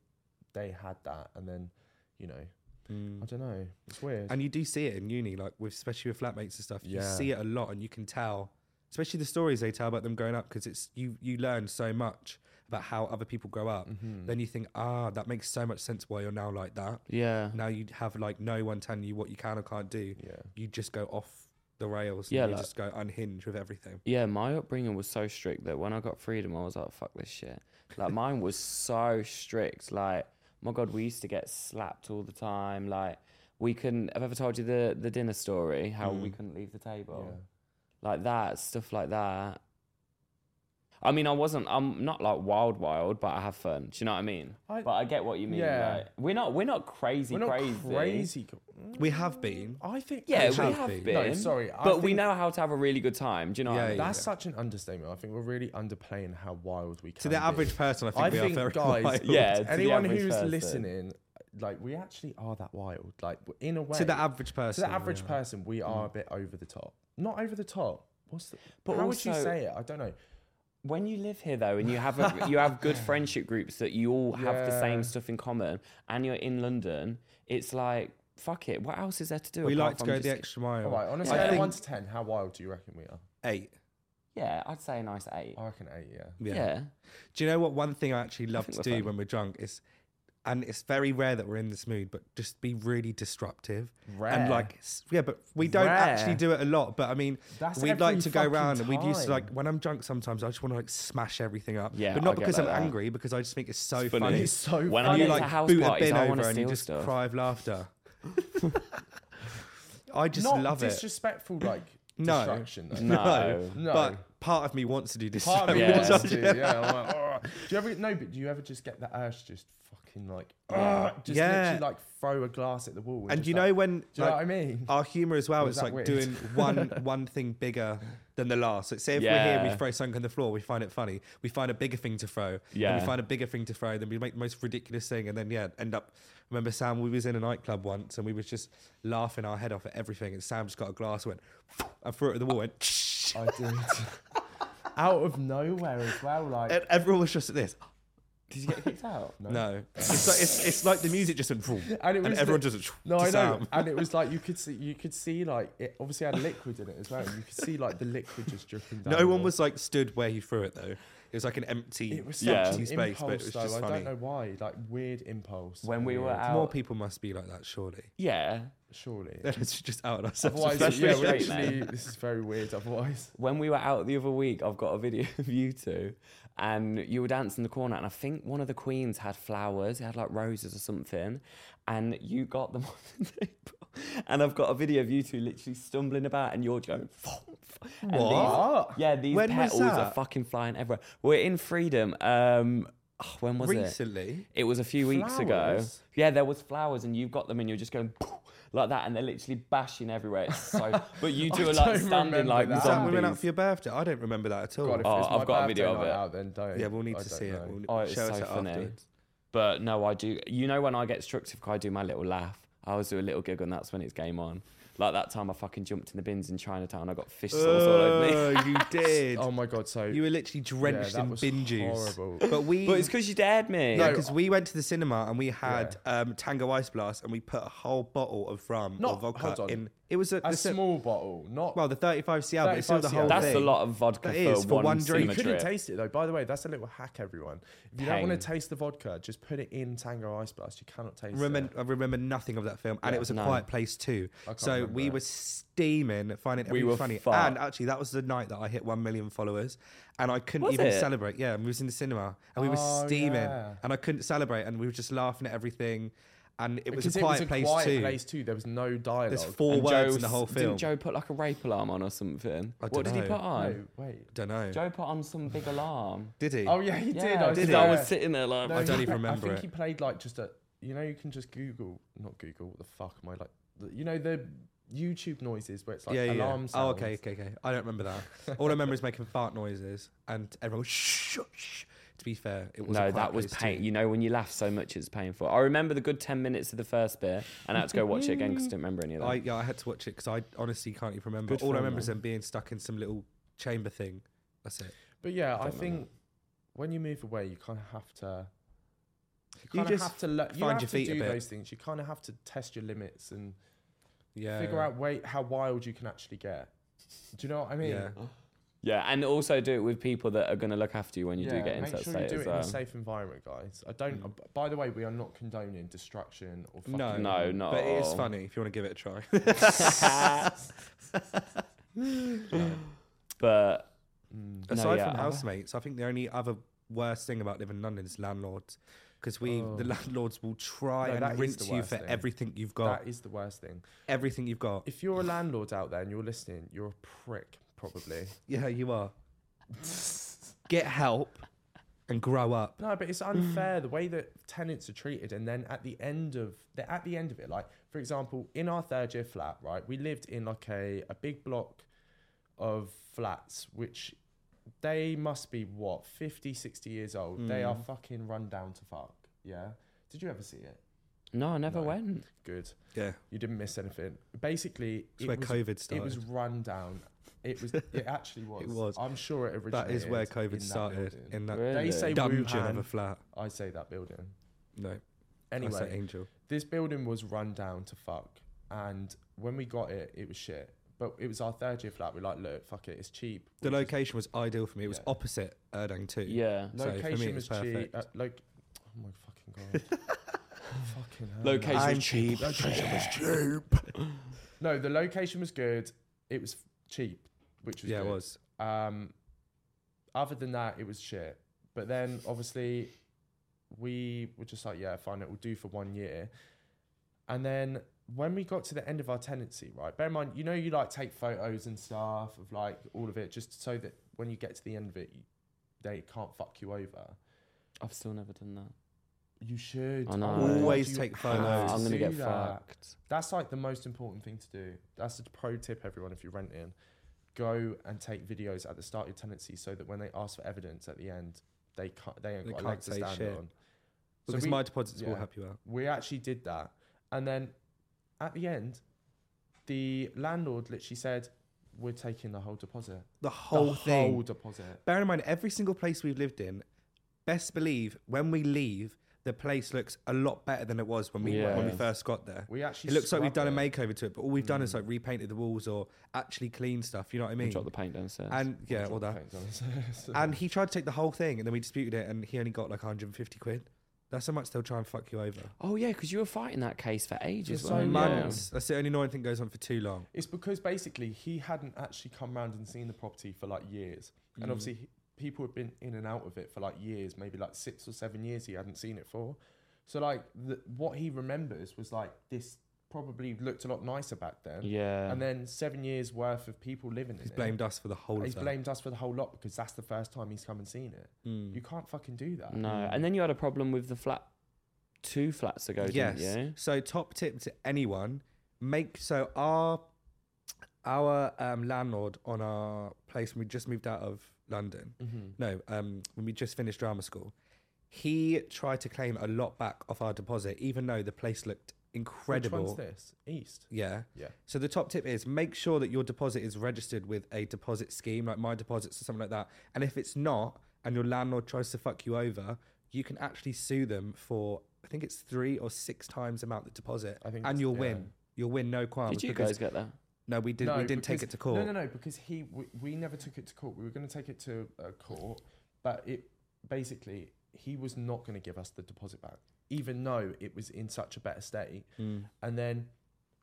S1: they had that, and then, you know, I
S2: Mm.
S1: don't know. It's weird.
S2: And you do see it in uni, like with especially with flatmates and stuff. You
S1: Yeah.
S2: see it a lot, and you can tell, especially the stories they tell about them growing up, because it's you you learn so much about how other people grow up.
S1: Mm-hmm.
S2: Then you think, ah, that makes so much sense why you're now like that.
S3: yeah.
S2: Now you have like no one telling you what you can or can't do.
S1: yeah.
S2: you just go off the rails.
S3: Yeah,
S2: Yeah, you
S3: like-
S2: just go unhinged with everything.
S3: Yeah, my upbringing was so strict that when I got freedom, I was like, fuck this shit. Like, mine was so strict. Like, my God, we used to get slapped all the time. Like, we couldn't. I've ever told you the, the dinner story, how we couldn't leave the table.
S1: Mm. yeah.
S3: Like, that, stuff like that. I mean, I wasn't, I'm not like wild, wild, but I have fun. Do you know what I mean?
S1: I-
S3: but I get what you mean.
S1: Yeah.
S3: Like, we're not, we're not crazy,
S1: We're not
S3: crazy.
S1: crazy. co-
S2: We have been.
S1: Mm. I think.
S3: Yeah,
S2: We
S3: we
S2: have
S3: have,
S2: been.
S3: been.
S1: No, sorry, I
S3: But we
S1: think-
S3: know how to have a really good time. Do you know what I
S2: Yeah,
S3: mean?
S1: That's such an understatement. I think we're really underplaying how wild we can.
S2: To the
S1: be.
S2: average person, I think
S1: I
S2: we
S1: think,
S2: are very
S1: guys,
S2: wild.
S3: Yeah, to the
S1: anyone
S3: average
S1: who's
S3: person.
S1: listening, like we actually are that wild. Like in a way,
S2: To the average person.
S1: to the average
S2: yeah. Mm.
S1: person, we are a bit over the top. Not over the top. What's the?
S3: But
S1: how would you
S3: also-
S1: say it? I don't know.
S3: when you live here though and you have a, you have good friendship groups that you all have the
S1: Yeah.
S3: same stuff in common and you're in london it's like fuck it what else is there to do
S2: We
S3: apart
S2: like to
S3: from
S2: go
S3: just-
S2: the extra mile.
S1: All right, on a
S2: I
S1: scale of
S2: think
S1: one to ten, how wild do you reckon we are?
S2: eight.
S3: yeah i'd say a nice eight
S1: I reckon eight. Yeah.
S2: Oh, Yeah.
S3: yeah
S2: Do you know what? One thing I actually love
S3: think
S2: to
S3: we're
S2: do
S3: fun.
S2: when we're drunk is, and it's very rare that we're in this mood, but just be really disruptive.
S1: Rare.
S2: And like, s- yeah, but we don't
S3: Rare.
S2: actually do it a lot. But I mean,
S1: That's
S2: we'd like
S1: every
S2: to go
S1: fucking
S2: round and we'd used to
S1: time.
S2: like, when I'm drunk sometimes, I just want to like smash everything up.
S3: Yeah,
S2: But not
S3: I get
S2: because I'm
S3: like that.
S2: angry, because I just think it's so
S3: funny.
S2: funny.
S1: It's so
S2: and
S3: When I'm
S1: funny.
S2: you
S3: into
S2: like
S3: house
S2: boot
S3: parties,
S2: a bin
S3: I wanna
S2: over and you
S3: steal
S2: just
S3: stuff.
S2: cry of laughter. I just
S1: not
S2: love it.
S1: disrespectful, like
S2: No.
S1: distraction. Though.
S3: No.
S1: No.
S2: But part of me wants to do this.
S1: Part of me
S3: Yeah.
S1: wants to. Yeah. I'm like, "Ugh." do you ever no? But do you ever just get that urge to just fucking like, "Ugh," just
S2: Yeah.
S1: literally like throw a glass at the wall?
S2: And
S1: just
S2: you
S1: like-
S2: know when
S1: do you know
S2: like,
S1: what I mean?
S2: our humor as well
S1: Or
S2: is
S1: is that
S2: like
S1: weird?
S2: doing one one thing bigger than the last. So say if we're here, we
S3: Yeah.
S2: throw something on the floor, we find it funny. We find a bigger thing to throw. Yeah.
S3: Yeah.
S2: we find a bigger thing to throw. Then we make the most ridiculous thing, and then yeah, end up. Remember Sam? We was in a nightclub once, and we was just laughing our head off at everything. And Sam just got a glass, went and threw it at the wall, and,
S1: I did. Out of nowhere as well, like
S2: and everyone was just at this.
S3: Did you get kicked out?
S2: No.
S4: it's, like, it's, it's like the music just went vroom,
S1: And it
S4: and
S1: was
S4: everyone
S1: the-
S4: just
S1: No, I
S4: just
S1: know.
S4: out.
S1: And it was like you could see, you could see like it obviously had liquid in it as well. You could see like the liquid just dripping down.
S2: No
S1: the
S2: one
S1: wall.
S2: was like stood where he threw it though. It was like an empty.
S1: It was such
S3: Yeah.
S1: an
S2: Empty space,
S1: impulse,
S2: but it was
S1: though.
S2: just
S1: I
S2: funny.
S1: don't know why. Like weird impulse.
S3: When we were
S1: Weird.
S3: out,
S2: More people must be like that, surely.
S3: yeah.
S1: surely.
S2: Then it's just out on ourselves.
S1: Otherwise,
S3: That's
S1: yeah,
S3: pretty
S1: we're
S3: straight,
S1: actually, this is very weird. Otherwise,
S3: When we were out the other week, I've got a video of you two, and you were dancing in the corner, and I think one of the queens had flowers, it had like roses or something, and you got them on the table. And I've got a video of you two literally stumbling about, and you're going. And these-
S1: What?
S3: yeah, these
S2: When was
S3: petals are
S2: that?
S3: fucking flying everywhere. We're in freedom. Um, oh, when was it?
S2: Recently,
S3: It was a few weeks ago.
S1: Flowers?
S3: Yeah, there was flowers, and you've got them, and you're just going like that, and they're literally bashing everywhere. It's so, but you two
S1: I
S3: are like
S1: don't
S3: standing
S1: remember
S3: like
S1: that.
S2: was that when we went out
S3: zombies.
S2: for your birthday? I don't remember that at all.
S1: God, if
S3: Oh,
S1: it's my
S3: I've got a video
S1: birthday
S3: of
S1: night
S3: it.
S1: Out, then don't.
S2: yeah, we'll need
S1: I
S2: to
S1: don't
S2: see
S1: know.
S2: it. We'll
S3: Oh, it's
S2: show
S3: so
S2: us it
S3: funny.
S2: afterwards.
S3: But no, I do. You know, when I get structive, I do my little laugh. I always do a little giggle, and that's when it's game on. Like that time I fucking jumped in the bins in Chinatown. I got fish sauce all over me.
S2: Oh, you did.
S1: Oh my god! So
S2: You were literally drenched
S1: that
S2: in
S1: was
S2: bin juice.
S1: horrible.
S2: But we,
S3: But it's because you dared me.
S2: yeah,
S1: No,
S2: because we went to the cinema and we had um, Tango Ice Blast and we put a whole bottle of rum or
S1: Not-
S2: vodka
S1: hold on.
S2: in. It was a,
S1: a
S2: the sim-
S1: small bottle, not.
S2: well, the 35 cl, but it's still the
S1: 35
S2: whole
S3: that's
S2: thing.
S3: a lot of vodka
S2: That
S3: for,
S2: is, for
S3: one,
S2: one drink.
S1: you
S3: cinema
S1: couldn't
S3: trip.
S1: taste it though. By the way, that's a little hack, everyone. If you don't want to
S3: Tang.
S1: taste the vodka, just put it in Tango Ice Blast. You cannot taste
S2: Remember,
S1: it.
S2: I remember nothing of that film, and it was a
S3: no.
S2: quiet place too.
S1: can't
S2: So
S1: remember
S2: we
S1: it.
S2: were steaming, finding it
S3: We were
S2: funny.
S3: fucked.
S2: And actually, that was the night that I hit one million followers, and I couldn't
S3: Was
S2: even
S3: it?
S2: celebrate. Yeah, we was in the cinema, and we were
S1: Oh,
S2: steaming,
S1: yeah.
S2: and I couldn't celebrate, and we were just laughing at everything, and it was
S1: Because
S2: a
S1: it was
S2: quiet
S1: a
S2: place
S1: quiet
S2: too.
S1: place too. There was no dialogue.
S2: There's four
S3: And
S2: words
S3: Joe
S2: in the whole
S3: s-
S2: film.
S3: Didn't Joe put like a rape alarm on or something?
S2: I
S3: what did he
S2: dunno.
S3: put on?
S1: No, wait.
S2: Don't know.
S3: Joe put on some big alarm.
S2: Did he?
S1: Oh yeah, he
S3: Yeah,
S1: did. I
S3: because
S1: swear.
S3: I was sitting there like,
S1: No,
S2: I don't
S1: he
S2: even
S1: pla-
S2: remember
S1: I think
S2: it.
S1: he played like just a. You know, you can just Google, not Google. What the fuck am I like? the- You know the YouTube noises where it's like
S2: yeah, yeah. yeah.
S1: alarm sounds.
S2: Oh, okay, okay, okay. I don't remember that. All I remember is making fart noises, and everyone was shh, shh. To be fair, it was a
S3: no,
S2: quiet
S3: that was
S2: place
S3: pain.
S2: too.
S3: You know, when you laugh so much, it's painful. I remember the good 10 minutes of the first bit and I had to go watch it again because I didn't remember any of that.
S2: I yeah, I had to watch it because I honestly can't even remember.
S3: Good
S2: All I
S3: film,
S2: remember is
S3: though.
S2: them being stuck in some little chamber thing. That's it.
S1: But yeah, I,
S3: don't know.
S1: think when you move away, you kind of have to.
S2: You
S1: You, kind of
S2: just
S1: have to le- you
S2: find
S1: have
S2: your
S1: to
S2: feet a
S1: do
S2: bit.
S1: those things. You kind of have to test your limits and
S2: Yeah.
S1: figure out way, how wild you can actually get. Do you know what I mean?
S2: Yeah.
S3: yeah, and also do it with people that are going to look after you when you do
S1: Yeah,
S3: get into
S1: make
S3: that
S1: sure you
S3: state
S1: do
S3: as
S1: it
S3: well.
S1: in a safe environment, guys. I don't.
S2: Mm.
S1: uh, by the way, we are not condoning destruction or fucking
S2: No,
S3: no, not
S2: But
S3: at
S2: it is
S3: all.
S2: funny if you want to give it a try.
S3: but
S1: Mm.
S2: Aside
S3: yeah,
S2: from
S3: I-
S2: housemates, I think the only other worst thing about living in London is landlords, because we
S1: Oh.
S2: the landlords will try
S1: No, that is
S2: and rinse
S1: the
S2: you
S1: worst
S2: for
S1: thing.
S2: everything you've got,
S1: That is the worst thing.
S2: everything you've got.
S1: If you're a landlord out there and you're listening, you're a prick, probably.
S2: Yeah, you are. Get help and grow up.
S1: No, but it's unfair the way that tenants are treated, and then at the end of the at the end of it, like for example, in our third year flat, right, we lived in like a a big block of flats, which they must be what 50, 60 years old. They
S2: Mm.
S1: are fucking run down to fuck. Yeah. Did you ever see it?
S3: no, I never
S1: No.
S3: went.
S1: Good.
S2: Yeah,
S1: You didn't miss anything. Basically,
S2: it's where
S1: was,
S2: COVID
S1: it
S2: started.
S1: was run down. It was. It actually was.
S2: was.
S1: I'm sure it originally.
S2: that is where COVID
S1: in that
S2: started
S1: building.
S2: in that
S3: Really?
S1: They say
S2: dungeon
S1: Wuhan.
S2: of a flat.
S1: I say that building.
S2: No,
S1: Anyway,
S2: I say angel.
S1: this building was run down to fuck. And when we got it, it was shit. But it was our third year flat. We're like, look, fuck it, it's cheap.
S2: The
S1: We'll just-
S2: location was ideal for me. It was
S1: Yeah.
S2: opposite Erdang too.
S3: Yeah.
S2: so for me,
S1: location
S2: it
S1: was
S2: was
S1: cheap.
S2: perfect.
S1: Uh, like, oh my fucking god. fucking hell.
S3: Location
S2: I'm
S3: was cheap.
S2: Location was cheap.
S1: No, the location was good. It was cheap, which was
S2: yeah, it
S1: good.
S2: was.
S1: Um, other than that, it was shit. But then obviously, we were just like, yeah, fine, it will do for one year. And then when we got to the end of our tenancy, right? Bear in mind, you know, you like take photos and stuff of like all of it, just so that when you get to the end of it, you, they can't fuck you over.
S3: I've still never done that.
S1: You should
S3: I know.
S1: Oh my God,
S2: Always
S1: you
S2: take
S1: have
S2: photos.
S1: to
S3: I'm going
S1: do
S3: to get
S1: that.
S3: fucked.
S1: That's like the most important thing to do. That's a pro tip, everyone, if you're renting. Go and take videos at the start of your tenancy so that when they ask for evidence at the end, they can't, they ain't
S2: They
S1: got a leg
S2: can't
S1: to
S2: say
S1: stand
S2: shit.
S1: on. So
S2: Because
S1: we,
S2: my deposits will
S1: yeah.
S2: help you out.
S1: we actually did that. And then at the end, the landlord literally said, We're taking the whole deposit.
S2: The whole thing.
S1: whole deposit.
S2: Bear in mind, every single place we've lived in, best believe when we leave, the place looks a lot better than it was when we when we
S3: Yeah.
S2: first got there.
S1: We actually
S2: it looks like we've done
S1: scrubbed
S2: a
S1: it. Hmm.
S2: makeover to it, but all we've done is like repainted the walls or actually cleaned stuff. You know what I mean?
S3: Drop the paint downstairs.
S2: and yeah, all that. And he tried to take the whole thing, and then we disputed it, and he only got like 150 quid. That's how much they'll try and fuck you over.
S3: oh yeah, because you were fighting that case for ages.
S1: For so
S3: weren't you?
S2: Months. That's the only annoying thing that goes on for too long.
S1: It's because basically he hadn't actually come round and seen the property for like years.
S2: Mm.
S1: And obviously, he- people had been in and out of it for like years, maybe like six or seven years he hadn't seen it for. So, like, the, what he remembers was like this probably looked a lot nicer back then.
S3: Yeah.
S1: And then seven years worth of people living
S2: He's
S1: in
S2: blamed us for the whole
S1: it. He's
S2: of that.
S1: blamed us for the whole lot because that's the first time he's come and seen it.
S2: Mm. Hmm.
S1: You can't fucking do that.
S3: No, and then you had a problem with the flat two flats ago,
S2: yes.
S3: didn't you?
S2: So top tip to anyone: make so our our um, landlord on our place when we just moved out of London.
S1: Mm-hmm.
S2: No, um, when we just finished drama school, he tried to claim a lot back off our deposit, even though the place looked
S1: Which
S2: incredible.
S1: one's this? East.
S2: Yeah.
S1: Yeah.
S2: So the top tip is make sure that your deposit is registered with a deposit scheme, like my deposits or something like that. And if it's not, and your landlord tries to fuck you over, you can actually sue them for I think it's three or six times the amount the deposit.
S1: I think
S2: and
S1: it's-
S2: you'll
S1: yeah.
S2: win. You'll win no qualms.
S3: Did you
S2: because-
S3: guys get that?
S2: No, we didn't. we didn't take
S1: because-
S2: it to court.
S1: No, no, no, because he we, we never took it to court. We were going to take it to uh, court, but it basically he was not going to give us the deposit back, even though it was in such a better state.
S2: Mm.
S1: And then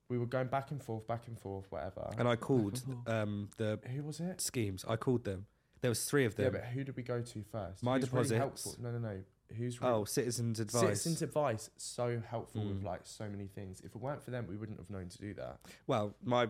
S1: we were going back and forth, back and forth, whatever.
S2: And I called um, the
S1: who was it?
S2: schemes. I called them. There was three of
S1: Yeah,
S2: them.
S1: but who did we go to first?
S2: My
S1: Who's really
S2: deposits.
S1: helpful? No, no, no. Who's re-
S2: oh, citizens advice. Mm.
S1: Citizens advice so helpful with like so many things. If it weren't for them, we wouldn't have known to do that.
S2: Well, my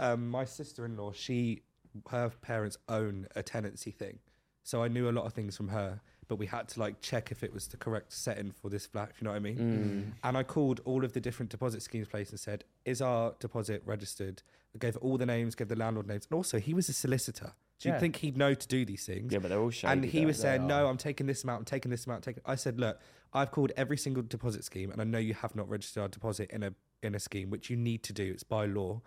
S2: um, my sister in law, she her parents own a tenancy thing, so I knew a lot of things from her. But we had to like check if it was the correct setting for this flat. If you know what I
S1: Mm.
S2: mean.
S3: Mm.
S2: And I called all of the different deposit schemes place and said, "Is our deposit registered?" I gave all the names, gave the landlord names, and also he was a solicitor. Do you
S1: Yeah.
S2: think he'd know to do these things?
S3: Yeah, but they're all shady.
S2: and he
S3: though.
S2: was
S3: They
S2: saying,
S3: are.
S2: "No, I'm taking this amount. I'm taking this amount. Taking." I said, "Look, I've called every single deposit scheme, and I know you have not registered our deposit in a in a scheme, which you need to do. It's by law.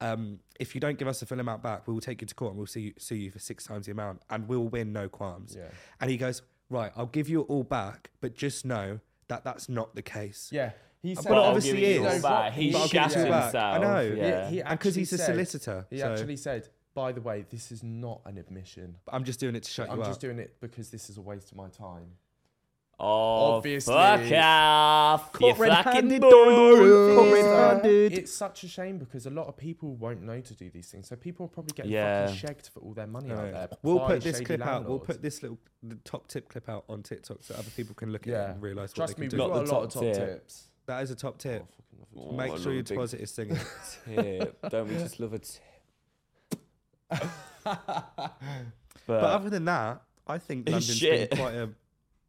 S2: Um, if you don't give us the full amount back, we will take you to court and we'll sue you, sue you for six times the amount, and we'll win no qualms."
S1: Yeah.
S2: And he goes, "Right, I'll give you it all back, but just know that that's not the case."
S1: Yeah, he said. um,
S2: But I'll obviously give it he all is.
S3: back. He
S2: But I'll give
S3: shat
S2: it all back. I
S3: himself,
S2: know.
S3: yeah.
S1: He, he
S2: And 'cause
S1: actually
S2: he's a
S1: said-
S2: solicitor,
S1: He
S2: so-
S1: actually said, by the way, this is not an admission.
S2: But I'm just doing it to shut
S1: I'm
S2: you
S1: just
S2: up.
S1: doing it because this is a waste of my time.
S3: Oh,
S1: Obviously.
S3: fuck off, you
S2: Caught
S3: fucking
S2: red-handed,
S3: boy.
S2: Caught red-handed.
S1: It's such a shame because a lot of people won't know to do these things. So people are probably getting
S3: Yeah.
S1: fucking shagged for all their money out
S2: Yeah.
S1: there.
S2: We'll
S1: by
S2: put this
S1: shady
S2: clip out. We'll
S1: landlords.
S2: put this little the top tip clip out on TikTok so other people can look at it
S1: Yeah.
S2: and realize what
S1: Trust
S2: they
S1: me,
S2: can
S1: we've
S2: do.
S1: got
S3: Not
S1: a
S3: the
S1: lot of
S3: top
S1: top
S3: tip.
S1: tips.
S2: That is a top tip.
S3: Oh, I
S2: Make
S3: love
S2: sure your
S3: a big
S2: deposit is singing.
S3: tip. Don't we just love a tip?
S2: But other than that, I think London's
S3: Shit.
S2: been quite a.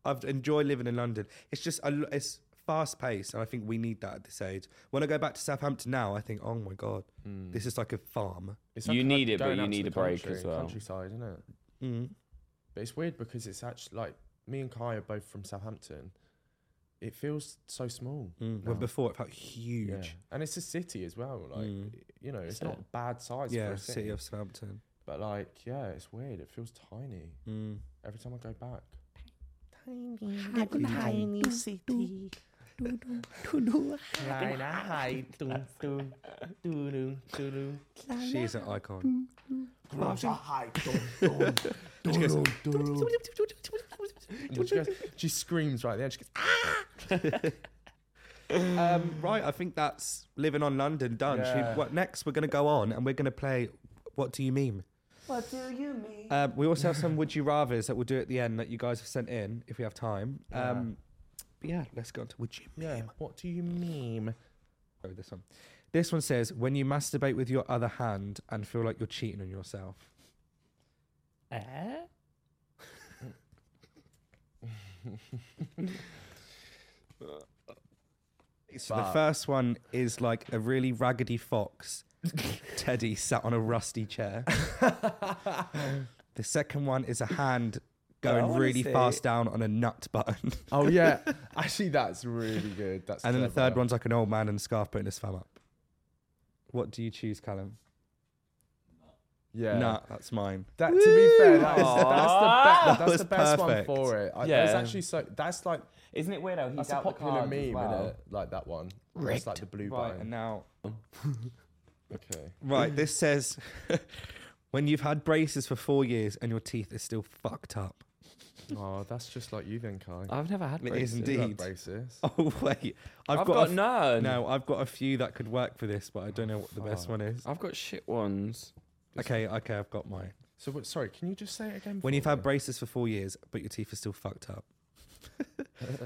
S2: I've enjoyed living in London. It's just a, lo- it's fast paced, and I think we need that at this age. When I go back to Southampton now, I think, oh my god,
S1: Hmm.
S2: this is like a farm.
S1: It's
S3: You
S1: like
S3: need it, but
S1: going
S3: you
S1: out to
S3: need
S1: the
S3: a break
S1: country,
S3: as well.
S1: Countryside, isn't it?
S2: Mm.
S1: But it's weird because it's actually like me and Kai are both from Southampton. It feels so small.
S2: Mm.
S1: now.
S2: When before it felt huge.
S1: Yeah. And it's a city as well. Like,
S2: Mm.
S1: you know, it's
S3: So-
S1: not bad size
S2: Yeah,
S1: for a
S2: city.
S1: city.
S2: of Southampton.
S1: but like, yeah, it's weird. It feels tiny
S2: Mm.
S1: every time I go back.
S2: She is an icon.
S1: And then she, goes, she screams right there. She goes,
S2: Um, right, I think that's living on London done. Should we-
S1: Mm. Yeah.
S2: what next? We're going to go on and we're going to play. What do you mean?
S3: What do you mean?
S2: Um, we also have some would you rather's that we'll do at the end that you guys have sent in if we have time. Um, But yeah, let's go on to would you
S1: yeah, what do you mean?
S2: go with this one. This one says when you masturbate with your other hand and feel like you're cheating on yourself.
S3: Eh?
S2: So the
S1: Fuck.
S2: first one is like a really raggedy fox, Teddy sat on a rusty chair. the second one is a hand
S3: I
S2: going
S3: wanna
S2: really
S3: see.
S2: fast down on a nut button.
S1: Oh, yeah. Actually, that's really good. That's
S2: And then the
S1: clever.
S2: third one's like an old man in a scarf putting his thumb up. What do you choose, Callum?
S1: Yeah.
S2: Nah, that's mine.
S1: That to be fair, that is, that's the, be- that's
S2: was
S1: the best
S2: perfect.
S1: one for it. I, yeah.
S3: Yeah.
S1: It's actually so. That's like
S3: Isn't it weirdo? He's
S1: that's
S3: out
S1: a popular
S3: the cards
S1: meme,
S3: as
S1: in
S3: well.
S1: it? Like that one. It's like the blue
S2: Right,
S1: button.
S2: and now
S1: Okay.
S2: Right, this says when you've had braces for four years and your teeth are still fucked up.
S1: Oh, that's just like you then, Kai.
S3: I've never had
S2: It
S3: braces.
S2: is Ah, indeed.
S1: Braces.
S2: Oh wait, I've, got,
S3: I've got
S2: a f-
S3: none.
S2: no. I've got a few that could work for this, but I don't know what the best one is.
S3: I've got shit ones.
S2: Okay, okay, I've got mine.
S1: So what, sorry, can you just say it again?
S2: When
S1: for
S2: you've had
S1: me?
S2: braces for four years, but your teeth are still fucked up.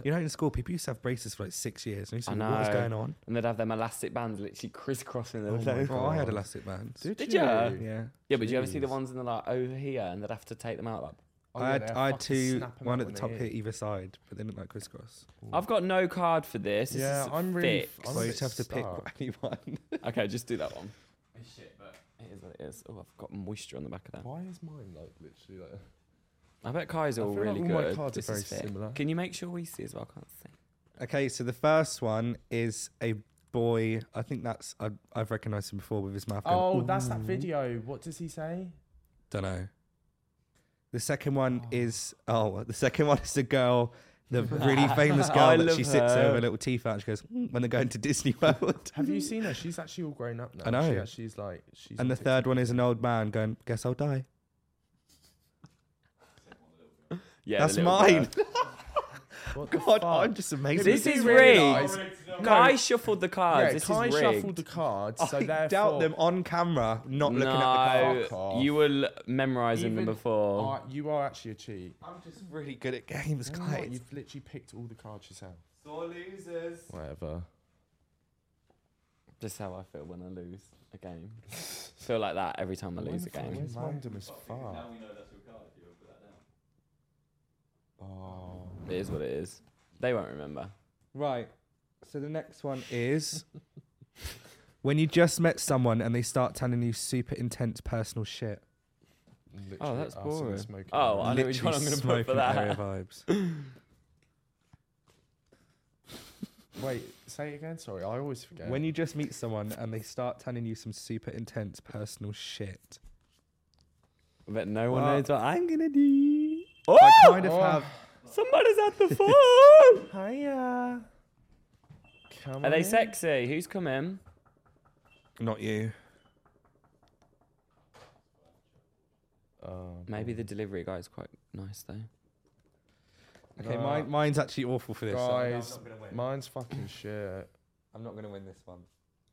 S2: you know, in school, people used to have braces for like six years. And you used to
S3: I
S2: think, what was
S3: know.
S2: going on?
S3: And they'd have them elastic bands literally crisscrossing them.
S2: Oh, my
S3: yeah,
S2: God, I had elastic bands.
S1: Did,
S3: Did
S1: you?
S3: ya?
S2: Yeah,
S3: but do you ever see the
S1: Jeez.
S3: ones in the like over here and they'd have to take them out? Like,
S1: Oh,
S2: I
S1: yeah,
S2: had,
S1: they'll
S2: I had
S1: fucking
S2: two,
S1: snap 'em
S2: one
S1: out
S2: at the
S1: when
S2: top
S1: they
S2: here
S1: hit.
S2: either side, but they didn't like crisscross.
S3: I've got no card for this. this
S1: Yeah,
S3: is
S1: I'm really.
S3: fixed.
S1: I'm a
S2: so you
S1: bit
S2: just have to pick
S1: stuck.
S2: anyone.
S3: okay, just do that one. It's shit, but it is what it is. Oh, I've got moisture on the back of that.
S1: Why is mine like literally like?
S3: I bet Kai's are
S1: I
S3: all
S1: feel like
S3: really
S1: all my
S3: good.
S1: cards are
S3: This is
S1: very
S3: fit.
S1: similar.
S3: Can you make sure we see as well? I can't see.
S2: Okay, so the first one is a boy. I think that's I, I've recognised him before with his mouth. Going,
S1: Oh, that's that video. What does he say?
S2: don't know. The second one is oh, the second one is the girl, the really famous
S3: I
S2: girl that she sits
S3: love
S2: there
S3: her.
S2: with her little teeth out. She goes "Mm," when they're going to Disney World.
S1: Have you seen her? She's actually all grown up now.
S2: I know.
S1: She actually's like she's.
S2: and the third one is an old man going, "Guess I'll die."
S3: Yeah,
S2: that's
S3: the little
S2: mine.
S3: girl.
S1: one.
S2: God, I'm just amazing.
S3: This
S1: Did
S3: is
S1: you realise-
S3: rigged. Kai shuffled the cards.
S1: Yeah,
S3: this
S1: Kai
S3: is rigged.
S1: shuffled the cards, so
S2: I
S1: therefore
S2: doubt them on camera, not looking at the card.
S1: Fuck off.
S3: you were memorizing
S1: Even-
S3: them before.
S1: are, uh, you are actually a cheat.
S2: I'm just really good at games,
S1: No, you're not.
S2: guys.
S1: You've literally picked all the cards yourself.
S4: Sore losers.
S1: Whatever.
S3: Just how I feel when I lose a game. feel like that every time I lose a game.
S1: It's random as fuck. Oh.
S3: It is what it is. They won't remember.
S2: Right. So the next one is when you just met someone and they start telling you super intense personal shit.
S1: Literally
S3: that's
S1: us and a
S3: boring.
S1: smoking
S3: Oh,
S1: area.
S3: I know which one I'm
S2: Literally
S3: gonna put for
S2: smoking
S3: that.
S2: area vibes.
S1: wait. Say it again. Sorry, I always forget.
S2: When you just meet someone and they start telling you some super intense personal shit.
S3: But no one
S2: Well-
S3: knows what I'm gonna do.
S2: I
S3: Oh,
S2: kind of
S1: Oh.
S2: have.
S3: somebody's at the phone.
S1: hiya, come
S3: Are they
S1: on in.
S3: sexy? Who's coming?
S2: Not you.
S1: Oh,
S3: Maybe the delivery guy's quite nice though.
S2: Okay,
S1: Nah.
S2: mine, mine's actually awful for this. so
S1: guys, mine's fucking shit.
S2: I'm not going to win this one.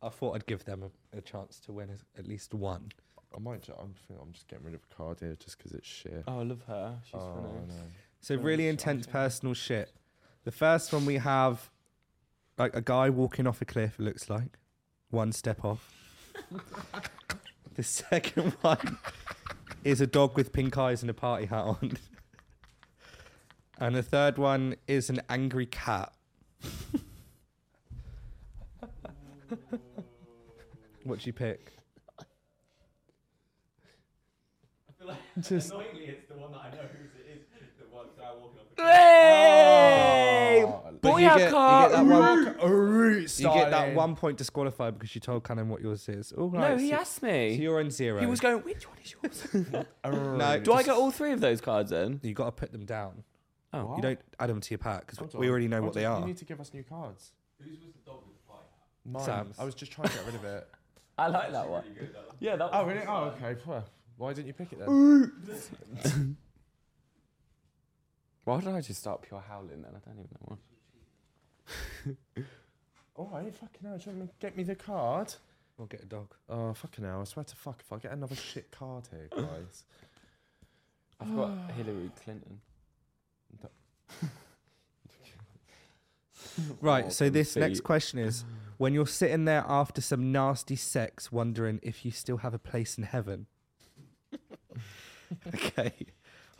S2: I thought I'd give them a, a chance to win as- at least one.
S1: I might. Ju- I'm, think I'm just getting rid of a card here just because it's shit.
S3: Oh, I love her. She's
S1: oh, no.
S2: So really intense personal shit. The first one we have, like a guy walking off a cliff. It looks like one step off. the second one is a dog with pink eyes and a party hat on. And the third one is an angry cat. What'd you pick?
S1: Just
S4: Annoyingly, it's the one that I know whose it is. The one guy walking up.
S3: Hey!
S1: Oh,
S3: Boy,
S2: you
S3: I
S2: get- you
S3: can't-
S2: get that one-
S1: you
S2: You get that one point disqualified because you told Cannon what yours is. All right.
S3: No, he
S2: so,
S3: asked
S2: so
S3: me.
S2: you're on zero.
S3: He was going, which one is yours?
S2: No,
S3: Do I get all three of those cards then?
S2: You got to put them down.
S3: Oh.
S2: You don't add them to your pack because
S1: Hold
S2: we
S1: on.
S2: already know
S1: Hold
S2: what they
S1: on,
S2: are.
S1: You need to give us new cards. Whose was the dog with the
S2: Sam's.
S1: I was just trying to get rid of it.
S3: I like that one. Yeah, that
S1: Oh,
S3: one.
S1: really? Oh, okay. Well, why didn't you pick it then?
S3: Why did I just start pure howling then? I don't even know why.
S1: All right, Oh, fucking hell. Do you want me to get me the card?
S2: We'll get a dog.
S1: Oh, fucking hell. I swear to fuck if I get another shit card here, guys.
S3: I've got Hillary Clinton.
S2: Right. So
S3: Welcome
S2: this
S3: to-
S2: next question is: When you're sitting there after some nasty sex, wondering if you still have a place in heaven. okay,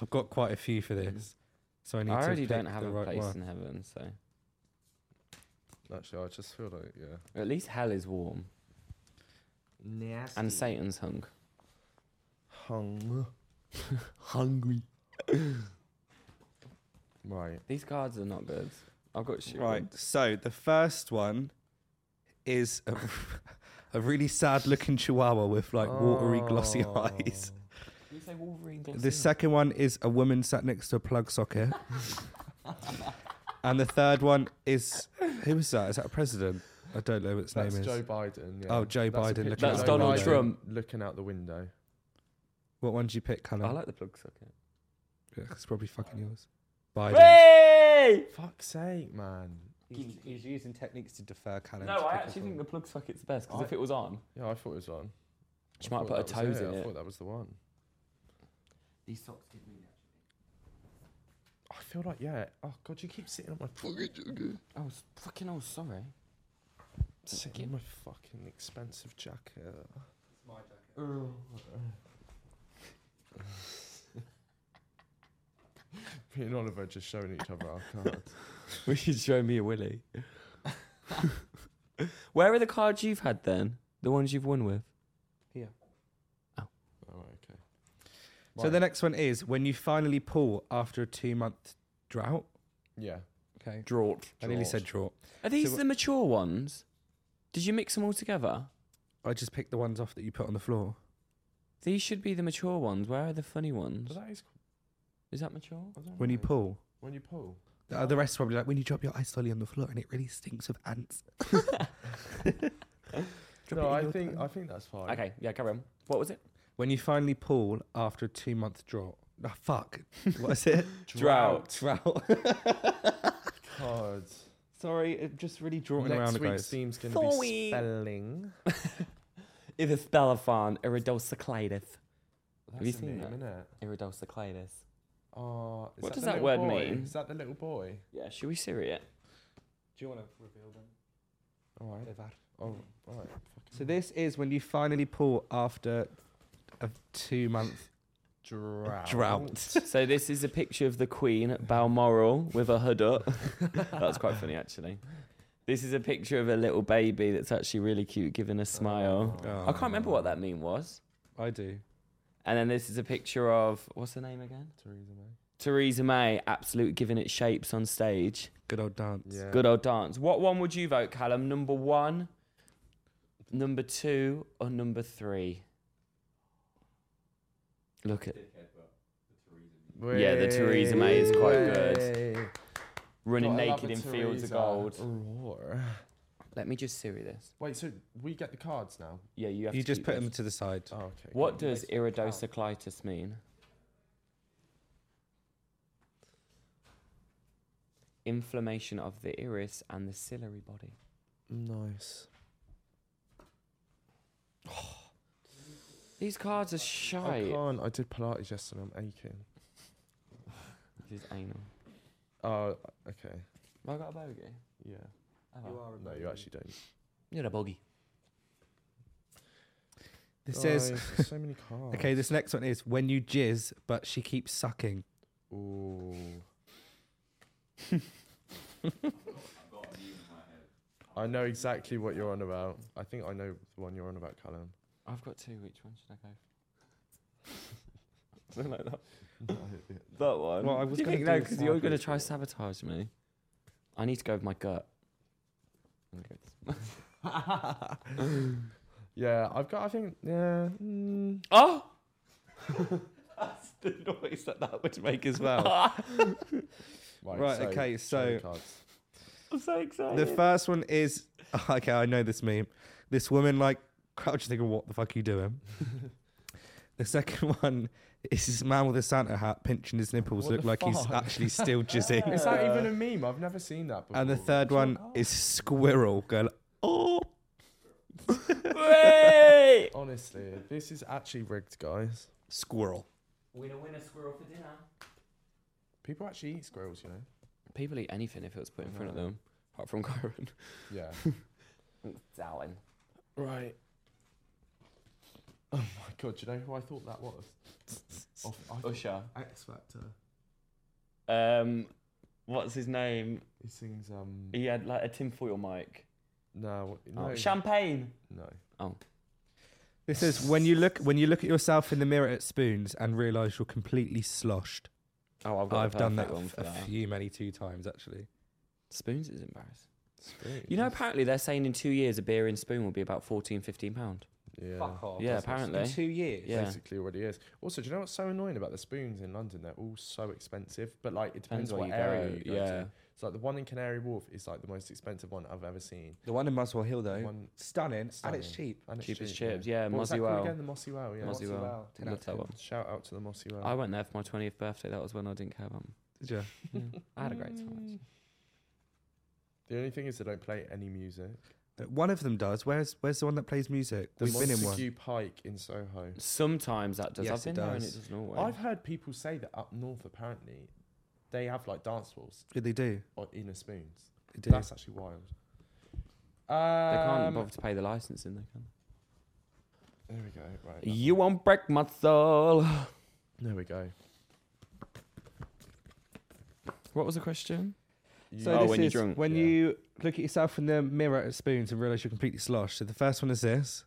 S2: I've got quite a few for
S1: Mm.
S2: this, so I need
S3: I
S2: to.
S3: already
S2: pick
S3: don't have
S2: the
S3: a
S2: right
S3: place
S2: one.
S3: in heaven, so
S1: Actually, I just feel like, yeah.
S3: at least hell is warm
S1: Nasty.
S3: and Satan's hung.
S1: Hung.
S3: Hungry.
S1: Right.
S3: These cards are not good. I've got shit.
S2: Right. So the first one is a, a really sad looking chihuahua with like watery, glossy
S1: Oh.
S2: eyes.
S3: You say Wolverine
S2: The second one is a woman sat next to a plug socket. and the third one is who was that? Is that a president? I don't know what its
S1: That's
S2: name
S1: Joe
S2: is.
S1: Biden. Yeah.
S2: Oh, Joe
S1: That's a
S2: Biden
S1: picture
S2: looking
S1: of
S3: That's
S1: Joe
S3: Donald
S1: Biden
S3: Trump.
S1: looking out the window.
S2: What one did you pick, Callum?
S3: I like the plug socket.
S2: Yeah, it's probably fucking yours. Biden.
S3: Hey!
S1: Fuck's sake, man.
S2: He's, he's using techniques to defer Callum.
S3: No, I actually think the plug socket's the best because if
S1: I-
S3: it was on,
S1: Yeah, I thought it was on.
S3: she
S1: I
S3: might put
S1: thought
S3: her
S1: that was
S3: toes in
S1: I
S3: it.
S1: thought that was the one.
S3: These socks did me actually.
S1: I feel like yeah. Oh god, you keep sitting on my fucking
S3: I was fucking oh sorry.
S1: sitting on my fucking expensive jacket. Me and Oliver just showing each other our cards.
S3: we should show me a willy. Where are the cards you've had then? The ones you've won with?
S1: oh, right, okay.
S2: So the next one is when you finally pull after a two month drought.
S1: yeah.
S2: Okay.
S3: Draught.
S2: I nearly said drought.
S3: Are these
S2: So wh-
S3: the mature ones? Did you mix them all together?
S2: I just picked the ones off that you put on the floor.
S3: These should be the mature ones. Where are the funny ones?
S1: But that is.
S3: Is that mature?
S1: I don't
S2: When you
S1: know.
S2: pull.
S1: When you pull.
S2: The, uh, the rest probably like when you drop your ice lolly on the floor and it really stinks of ants. Drop it
S1: no,
S2: in
S1: I
S2: your
S1: think
S2: tongue.
S1: I think that's fine.
S3: Okay, yeah, carry on. What was it?
S2: When you finally pull after a two month drought. Oh, fuck. What is it? drought.
S1: Cards.
S2: Sorry, it just really drawing
S1: Next
S2: around
S1: week's
S2: guys.
S1: theme's going
S3: Four
S1: to be
S3: weeks.
S1: spelling.
S3: Erythbelaphon, Iridulcicladus.
S1: That's
S3: you
S1: a
S3: seen
S1: name,
S3: that?
S1: innit?
S3: Iridulcicladus.
S1: Oh, is
S3: What does
S1: the
S3: that
S1: little
S3: word
S1: boy?
S3: mean?
S1: Is that the little boy?
S3: Yeah, should we Siri it?
S2: Do you want to reveal them?
S1: All right. Oh, all right.
S2: So this is when you finally pull after a two month
S1: Drought.
S2: drought.
S3: so this is a picture of the Queen at Balmoral with a hood up. That's quite funny, actually. This is a picture of a little baby that's actually really cute, giving a smile.
S2: Oh.
S3: I can't remember what that meme was.
S2: I do.
S3: And then this is a picture of what's her name again?
S1: Theresa May.
S3: Theresa May, absolute giving it shapes on stage.
S2: Good old dance.
S1: Yeah.
S3: Good old dance. What one would you vote, Callum? Number one, number two, or number three? Look at Yeah, the Theresa May is quite good.
S1: Way.
S3: running
S1: Gotta love
S3: naked
S1: a
S3: in fields of
S1: Theresa.
S3: gold.
S1: Roar.
S3: Let me just Siri this.
S1: Wait, so we get the cards now?
S3: Yeah, you have
S2: You
S3: to
S2: just
S3: keep
S2: put
S3: this.
S2: them to the side.
S1: Oh, okay.
S3: What
S1: good.
S3: does iridociclitis mean? Inflammation of the iris and the ciliary body.
S1: Nice.
S3: These
S2: Oh,
S3: cards are
S1: I
S3: shy.
S1: can't. I did Pilates yesterday. I'm aching.
S3: This is anal.
S1: Oh, okay.
S3: Have I got a bogey?
S1: Yeah.
S3: Have I?
S1: No, you actually don't.
S3: You're a bogey.
S2: This is
S1: Guys, there's so many cards.
S2: okay. This next one is when you jizz, but she keeps sucking.
S1: Ooh. I know exactly what you're on about. I think I know the one you're on about, Callum.
S3: I've got two. Which one should I go? Something like that. That one.
S2: Well, I was
S3: do you
S2: gonna
S3: think
S2: do
S3: no?
S2: the
S3: Because you're going to
S2: sideways
S3: try
S2: one.
S3: sabotage me. I need to go with my gut. I'm gonna go with this.
S1: Yeah, I've got. I think. Yeah. Mm,
S3: oh,
S2: That's the noise that that would make as well. Right,
S1: show
S2: okay,
S1: me
S2: so-
S1: cards.
S3: I'm so excited.
S2: the first one is okay. I know this meme. This woman like crouched, thinking, "What the fuck are you doing?" the second one is this man with a Santa hat pinching his nipples,
S1: What
S2: look
S1: the
S2: like he's
S1: fuck?
S2: actually still jizzing.
S1: Is that even a meme? I've never seen that. Before. oh,
S2: And the third one is squirrel going, "Oh."
S3: Wait.
S1: Honestly, this is actually rigged, guys.
S2: Squirrel.
S3: Winner, winner, squirrel for dinner.
S1: People actually eat squirrels, you know.
S3: People eat anything if it was put in front of
S1: No.
S3: them, apart from Kyron.
S1: Yeah.
S3: Darling.
S1: right. Oh my god! Do you know who I thought that was? Oh, I thought
S3: Usher.
S1: X Factor.
S3: Um, what's his name?
S1: He sings um.
S3: He had like a tinfoil mic.
S1: No. what-
S3: Oh,
S1: No.
S3: Champagne.
S1: no.
S2: This is when you look when you look at yourself in the mirror at spoons and realise you're completely sloshed.
S3: Oh, I've got
S2: I've done that
S3: one
S2: f-
S3: for
S2: a
S3: that.
S2: few many two times actually.
S3: Spoons is embarrassing. You know, apparently they're saying in two years a beer in spoon will be about 14, 15 pound.
S1: yeah.
S2: Fuck off.
S3: yeah,
S2: that's what it's- in
S3: apparently.
S2: two years.
S3: Yeah.
S1: Basically, already is. Also, do you know what's so annoying about the spoons in London? They're all so expensive, but like it depends,
S3: Depends where
S1: what
S3: you
S1: area
S3: go,
S1: you go
S3: yeah.
S1: to. So like the one in Canary Wharf is like the most expensive one I've ever seen.
S2: The one in Muswell Hill though,
S1: One-
S2: stunning, and it's
S1: stunning.
S2: cheap.
S1: And it's
S3: Cheapest
S1: cheap,
S3: chips, yeah,
S1: What was that
S3: Mozzie
S1: called
S3: Well.
S1: again? The Mossy Well, yeah.
S3: Mozzie Well.
S2: Ten out
S3: Love
S2: of
S3: that
S2: ten.
S3: one.
S1: Shout out to the Mossy Well.
S3: I went there for my 20th birthday. That was when I didn't care about 'em.
S2: Did you?
S3: Yeah. I had a great time. actually.
S1: The only thing is they don't play any music.
S2: Uh, One of them does. Where's Where's the one that plays music?
S1: The
S2: We've been in one.
S1: Montague Pike in Soho.
S3: Sometimes that does.
S2: Yes,
S3: I've been
S2: it
S3: there and it
S2: does.
S3: doesn't always.
S1: I've heard people say that up north, apparently, they have like dance floors
S2: Yeah, they do.
S1: on, in a spoons.
S2: They do.
S1: That's actually wild.
S3: they can't
S1: Um,
S3: bother to pay the license in there, can
S1: There we go. Right.
S3: they?
S1: that
S3: You won't break my soul.
S1: There we go.
S3: What was the question?
S2: So
S3: Oh,
S2: this
S1: You-
S3: when you're
S2: is
S3: drunk,
S2: when
S1: yeah.
S2: you look at yourself in the mirror at spoons and realize you're completely sloshed. So the first one is this.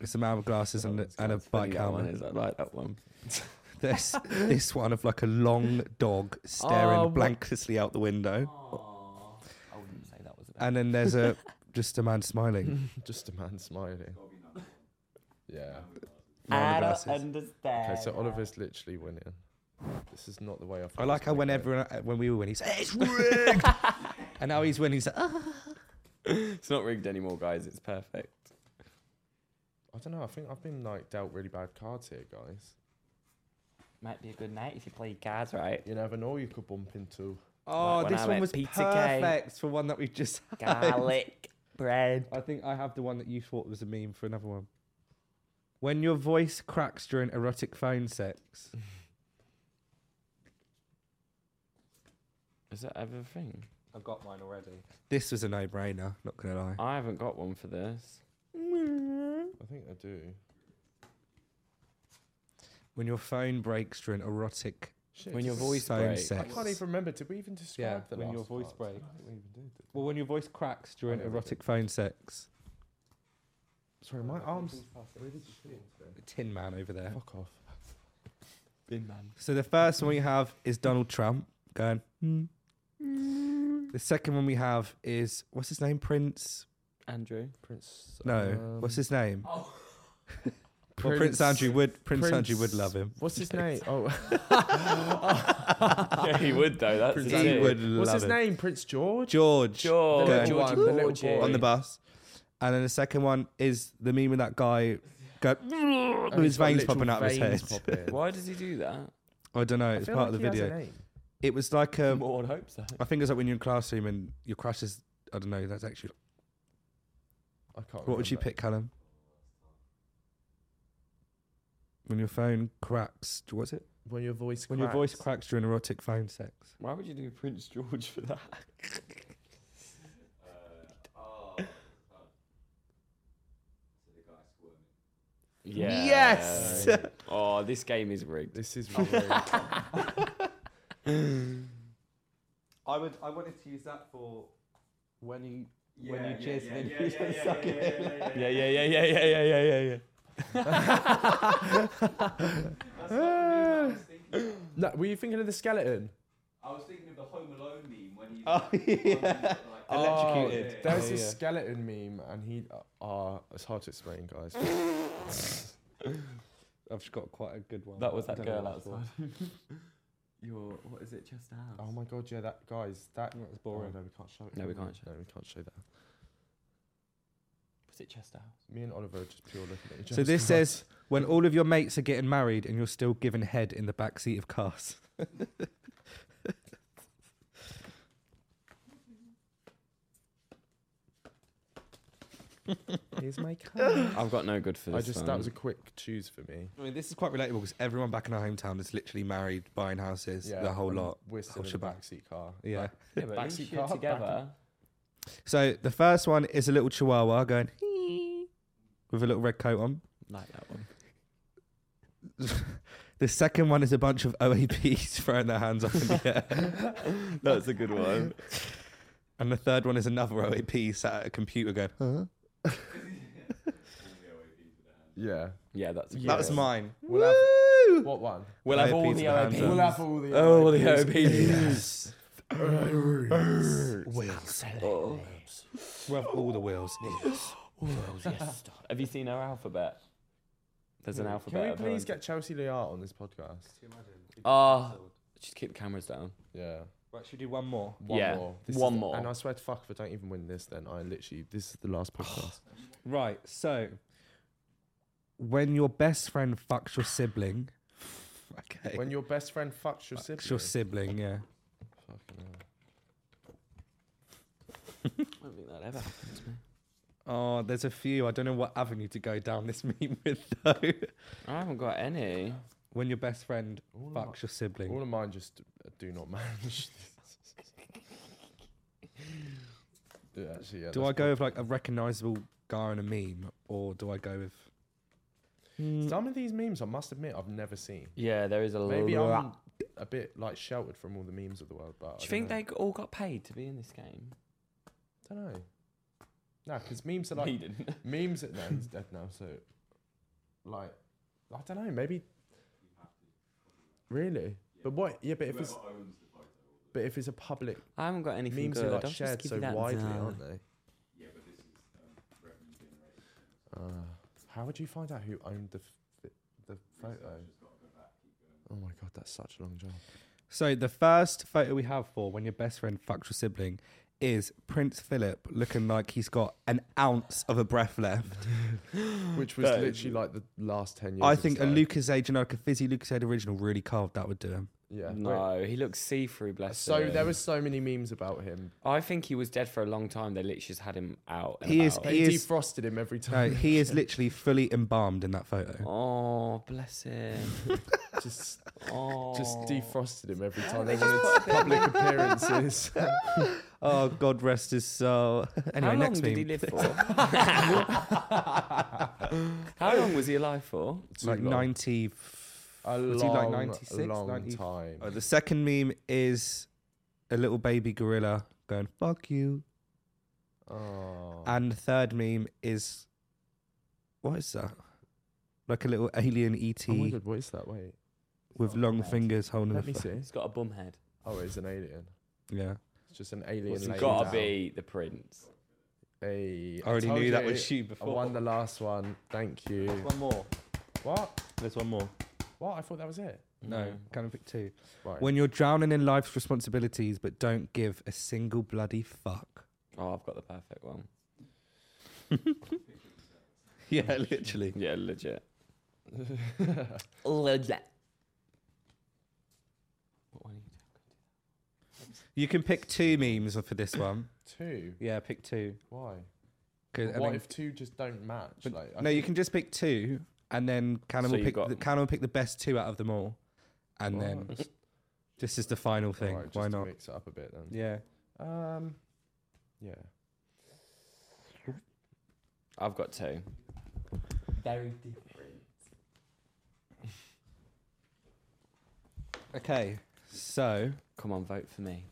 S2: It's a man with glasses and, a- and a bike helmet.
S3: I like that one.
S2: This this one of like a long dog staring
S3: Oh, what-
S2: blankly out the window,
S3: I wouldn't say that was a bad
S2: and then there's a just a man smiling.
S1: just a man smiling. yeah.
S2: man with glasses.
S3: understand.
S1: Okay, so Oliver's literally winning. This is not the way I. thought
S2: I
S1: it
S2: like
S1: was
S2: how
S1: gonna
S2: when
S1: go.
S2: everyone uh, when we were winning, he's like, it's rigged, and now he's winning. He's like, ah.
S3: It's not rigged anymore, guys. It's perfect.
S1: I don't know. I think I've been like dealt really bad cards here, guys.
S3: Might be a good night if you play your cards right.
S1: You never know. You could bump into.
S2: oh,
S3: when
S2: this
S3: I'm
S2: one
S3: at
S2: was
S3: Pizza K.
S2: perfect for one that we've just. had.
S3: bread.
S2: I think I have the one that you thought was a meme for another one. When your voice cracks during erotic phone sex.
S3: Is that everything?
S2: I've got mine already. This was a no-brainer. Not gonna lie.
S3: I haven't got one for this.
S1: I think I do.
S2: When your phone breaks during erotic.
S1: Shit,
S3: When
S1: did
S3: your
S1: we-
S3: voice
S2: Phone
S3: breaks.
S1: I
S2: sex.
S1: can't even remember. Did we even describe
S2: Yeah,
S1: the
S2: when
S1: last
S2: your voice
S1: cards?
S2: breaks.
S1: I think we even did, did.
S2: Well, when your voice cracks during
S1: I know we
S2: erotic phone sex.
S1: we? Sorry, my arms.
S2: Tin Man over there.
S1: Fuck off.
S3: Bin man.
S2: So the first one we have is Donald Trump going. Hmm. The second one we have is what's his name? Prince?
S3: Andrew.
S1: Prince.
S2: No,
S1: um,
S2: what's his name? Well, Prince Andrew would. Prince, Andrew would
S1: Prince-
S2: love him.
S1: What's his name? Oh,
S3: yeah, he would though. That's
S1: Prince
S3: the
S1: Andrew.
S2: He
S3: thing.
S2: would
S1: what's
S2: love
S1: his
S2: him.
S1: name? Prince George.
S2: George.
S3: George.
S1: The little
S3: George.
S1: one, the little
S3: Georgie.
S1: boy.
S2: on the bus, and then the second one is the meme of that guy. Go, with his
S1: Oh, he's got
S2: veins
S1: literal
S2: popping out of his
S1: veins
S2: head.
S1: popping.
S3: Why does he do that?
S2: I don't know.
S1: I
S2: It's
S1: feel
S2: part of
S1: like
S2: the
S1: he has a
S2: video.
S1: name.
S2: It was like um,
S3: More would hope so.
S2: I think it's like when you're in classroom and your crush is. I don't know. That's actually.
S1: I can't.
S2: What would you
S1: remember.
S2: pick, Callum? When your phone cracks, what's it?
S1: When your voice.
S2: When your voice
S1: cracks.
S2: cracks during erotic phone sex.
S3: Why would you do Prince George for that?
S2: Uh,
S3: Yeah.
S2: Yes!
S3: oh, this game is rigged.
S1: This is really.
S2: I would. I wanted to use that for when you
S4: When you jizz, then you just
S2: suck
S4: suck
S2: it.
S4: it.
S3: Yeah, yeah, yeah, yeah, yeah, yeah, yeah, yeah, yeah.
S4: That's not the meme I was thinking of.
S1: no, were you thinking of the skeleton?
S4: I was thinking of the Home Alone meme when he's
S2: Oh,
S4: like, yeah. like
S2: Electrocuted.
S1: Oh,
S4: Yeah,
S1: there's
S2: Oh,
S1: this
S2: yeah.
S1: skeleton meme, and he. Ah, it's hard to explain, guys.
S2: I've just got quite a good one.
S3: That
S2: I
S3: was that
S2: don't know
S3: girl
S2: what it's for.
S3: outside. Your what is it? Just out.
S1: oh my god, yeah, that guys, that.
S2: That's
S1: Oh,
S2: boring.
S1: no, we can't show it.
S3: No, we
S1: can we?
S3: can't show
S1: No, we can't show that.
S3: Was it just out?
S1: Me and Oliver are just pure looking at each other.
S2: So this says when all of your mates are getting married and you're still giving head in the back seat of cars.
S1: "Here's my card."
S3: I've got no good for
S1: I
S3: this.
S1: just
S3: one.
S1: that was a quick choose for me.
S2: I mean, this is quite relatable because everyone back in our hometown is literally married, buying houses, the whole
S1: and
S2: lot.
S1: We're still
S2: Whole
S1: in the
S2: shebang.
S1: backseat car.
S2: Yeah.
S1: Like,
S3: yeah, but at least
S1: backseat
S3: you're
S1: car, back-
S3: together.
S2: So the first one is a little chihuahua going with a little red coat on.
S3: Like that one.
S2: The second one is a bunch of OAPs throwing their hands up in the air.
S3: That's a good one.
S2: And the third one is another OAP sat at a computer going, huh?
S1: yeah.
S3: Yeah, that's. A good
S2: That was
S3: one.
S2: mine.
S1: We'll have-
S2: Woo!
S1: What one?
S3: We'll have all
S2: OAPs
S3: the
S2: with hands
S3: OAPs.
S2: up.
S1: We'll have all the.
S3: Oh, the
S1: OIPs.
S3: OAPs.
S2: Yes. Wheels.
S3: Oh.
S2: We have all the wheels.
S3: yes. Have you seen our alphabet? There's an alphabet.
S1: Can we
S3: of her
S1: please
S3: on-
S1: get Chelsea Liart on this podcast?
S3: Ah, just keep the cameras down.
S1: Yeah.
S2: Right, should we do one more?
S1: One
S3: Yeah,
S1: more. This is
S3: one
S1: the-
S3: more.
S1: And I swear to fuck, if I don't even win this, then I literally this is the last podcast.
S2: Right, so when your best friend fucks your sibling. Okay.
S1: when your best friend fucks your sibling.
S2: Fucks your sibling, yeah.
S1: Fucking hell.
S3: I don't think that ever happened to me.
S2: Oh, there's a few. I don't know what avenue to go down this meme with though.
S3: I haven't got any.
S2: When your best friend
S1: All of
S2: fucks your
S1: my- All
S2: sibling.
S1: of mine just uh, do not match. yeah, actually, yeah,
S2: Do
S1: that's
S2: I go with like a recognizable guy on a meme, or do I go with?
S1: prob- Some of these memes, I must admit, I've never seen.
S3: Yeah, there is a
S1: Maybe
S3: lot.
S1: I'm a bit like sheltered from all the memes of the world, but I
S3: Do you think
S1: don't
S3: they all got paid to be in this game?
S1: know. don't know. No, because memes are
S3: No,
S1: like
S3: you didn't.
S1: memes. At, no, he's dead now, so like I don't know. Maybe really, but what? Yeah, but if it's but if it's a public
S3: I haven't got anything
S1: memes
S3: good.
S1: are like
S3: I'll just
S1: shared
S3: give
S1: so
S3: you that
S1: widely,
S3: now.
S1: aren't they? Uh, how would you find out who owned the f- the photo? Oh my god, that's such a long job.
S2: So the first photo we have for when your best friend fucks your sibling is Prince Philip looking like he's got an ounce of a breath left.
S1: Which was
S3: That is-
S1: literally like the last ten years.
S2: I
S1: of
S2: think
S1: his
S2: a
S1: life.
S2: Lucas Aid, you know, like a fizzy Lucas Aid original, really carved that would do him.
S1: Yeah. wait.
S3: No, he looks see through, bless
S1: So
S3: him.
S1: there was so many memes about him.
S3: I think he was dead for a long time. They literally just had him out. And
S2: He is-
S3: about.
S1: They
S2: he is-
S1: defrosted him every
S2: No,
S1: time.
S2: he is literally fully embalmed in that photo.
S3: Oh, bless him.
S1: just
S3: Oh.
S1: just defrosted him every time they
S3: they
S1: wanted
S3: just put
S1: public appearances.
S2: Oh, God rest his soul.
S3: How
S2: anyway,
S3: long
S2: next
S3: did he
S2: meme.
S3: live for? How long was he alive for?
S1: Too
S2: Like
S1: long.
S2: 90.
S1: a long,
S2: was he like 96,
S1: long
S2: 90?
S1: time.
S2: Oh, the second meme is a little baby gorilla going, fuck you. Uh,
S1: Oh.
S2: And the third meme is, what is that? Like a little alien ET
S1: oh my god, what is that? Wait,
S2: with long fingers holding
S1: let
S2: a
S1: me see.
S3: He's got a bum head.
S1: Oh, it's an alien.
S2: Yeah.
S1: It's just an alien.
S3: It's
S1: laying
S3: gotta
S1: down.
S3: be the prince.
S1: Hey,
S2: I already
S1: told
S2: knew that
S1: you,
S2: was you
S1: I
S2: before.
S1: won the last one. Thank you.
S2: One more.
S1: What?
S2: There's one more.
S1: What? I thought that was it.
S3: Mm.
S2: No, can I pick two?
S1: Right.
S2: When you're drowning in life's responsibilities but don't give a single bloody fuck.
S3: Oh, I've got the perfect one.
S2: Yeah, literally.
S3: Yeah, legit. legit. What one are you doing?
S2: You can pick two memes for this one.
S1: two.
S2: Yeah, pick two.
S1: Why?
S2: 'Cause, I
S1: what
S2: mean-
S1: if two just don't match?
S2: but
S1: like, I
S2: no, you
S1: think-
S2: can just pick two, and then Cannon
S3: So
S2: will
S3: you
S2: pick
S3: got-
S2: the, Cannon will pick the best two out of them all, and then
S1: Alright.
S2: this is the final thing.
S1: Alright,
S2: Why
S1: just to
S2: not?
S1: mix it up a bit then?
S2: Yeah.
S1: Um, yeah.
S3: I've got two. Very different.
S2: Okay. So
S3: Come on, vote for me.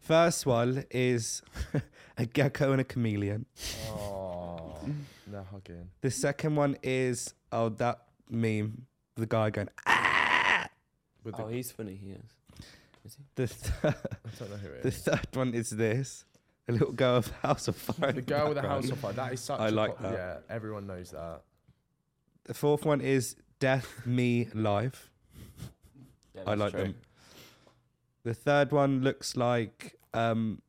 S2: first one is a gecko and a chameleon.
S1: Oh, no hugging.
S2: The second one is oh that meme, the guy going. Ah!
S1: With
S3: Oh,
S1: the,
S3: he's funny. He is. Is he?
S2: The th-
S1: I don't know who it
S2: the
S1: is.
S2: third one is this, a little girl of House of Fire.
S1: The,
S2: in
S1: girl with the
S2: background.
S1: house on fire. That is such.
S2: I
S1: a
S2: like
S1: pop-
S2: that.
S1: Yeah, everyone knows that.
S2: The fourth one is death me life.
S3: Yeah,
S2: I
S3: that's
S2: like
S3: true.
S2: them. The third one looks like um,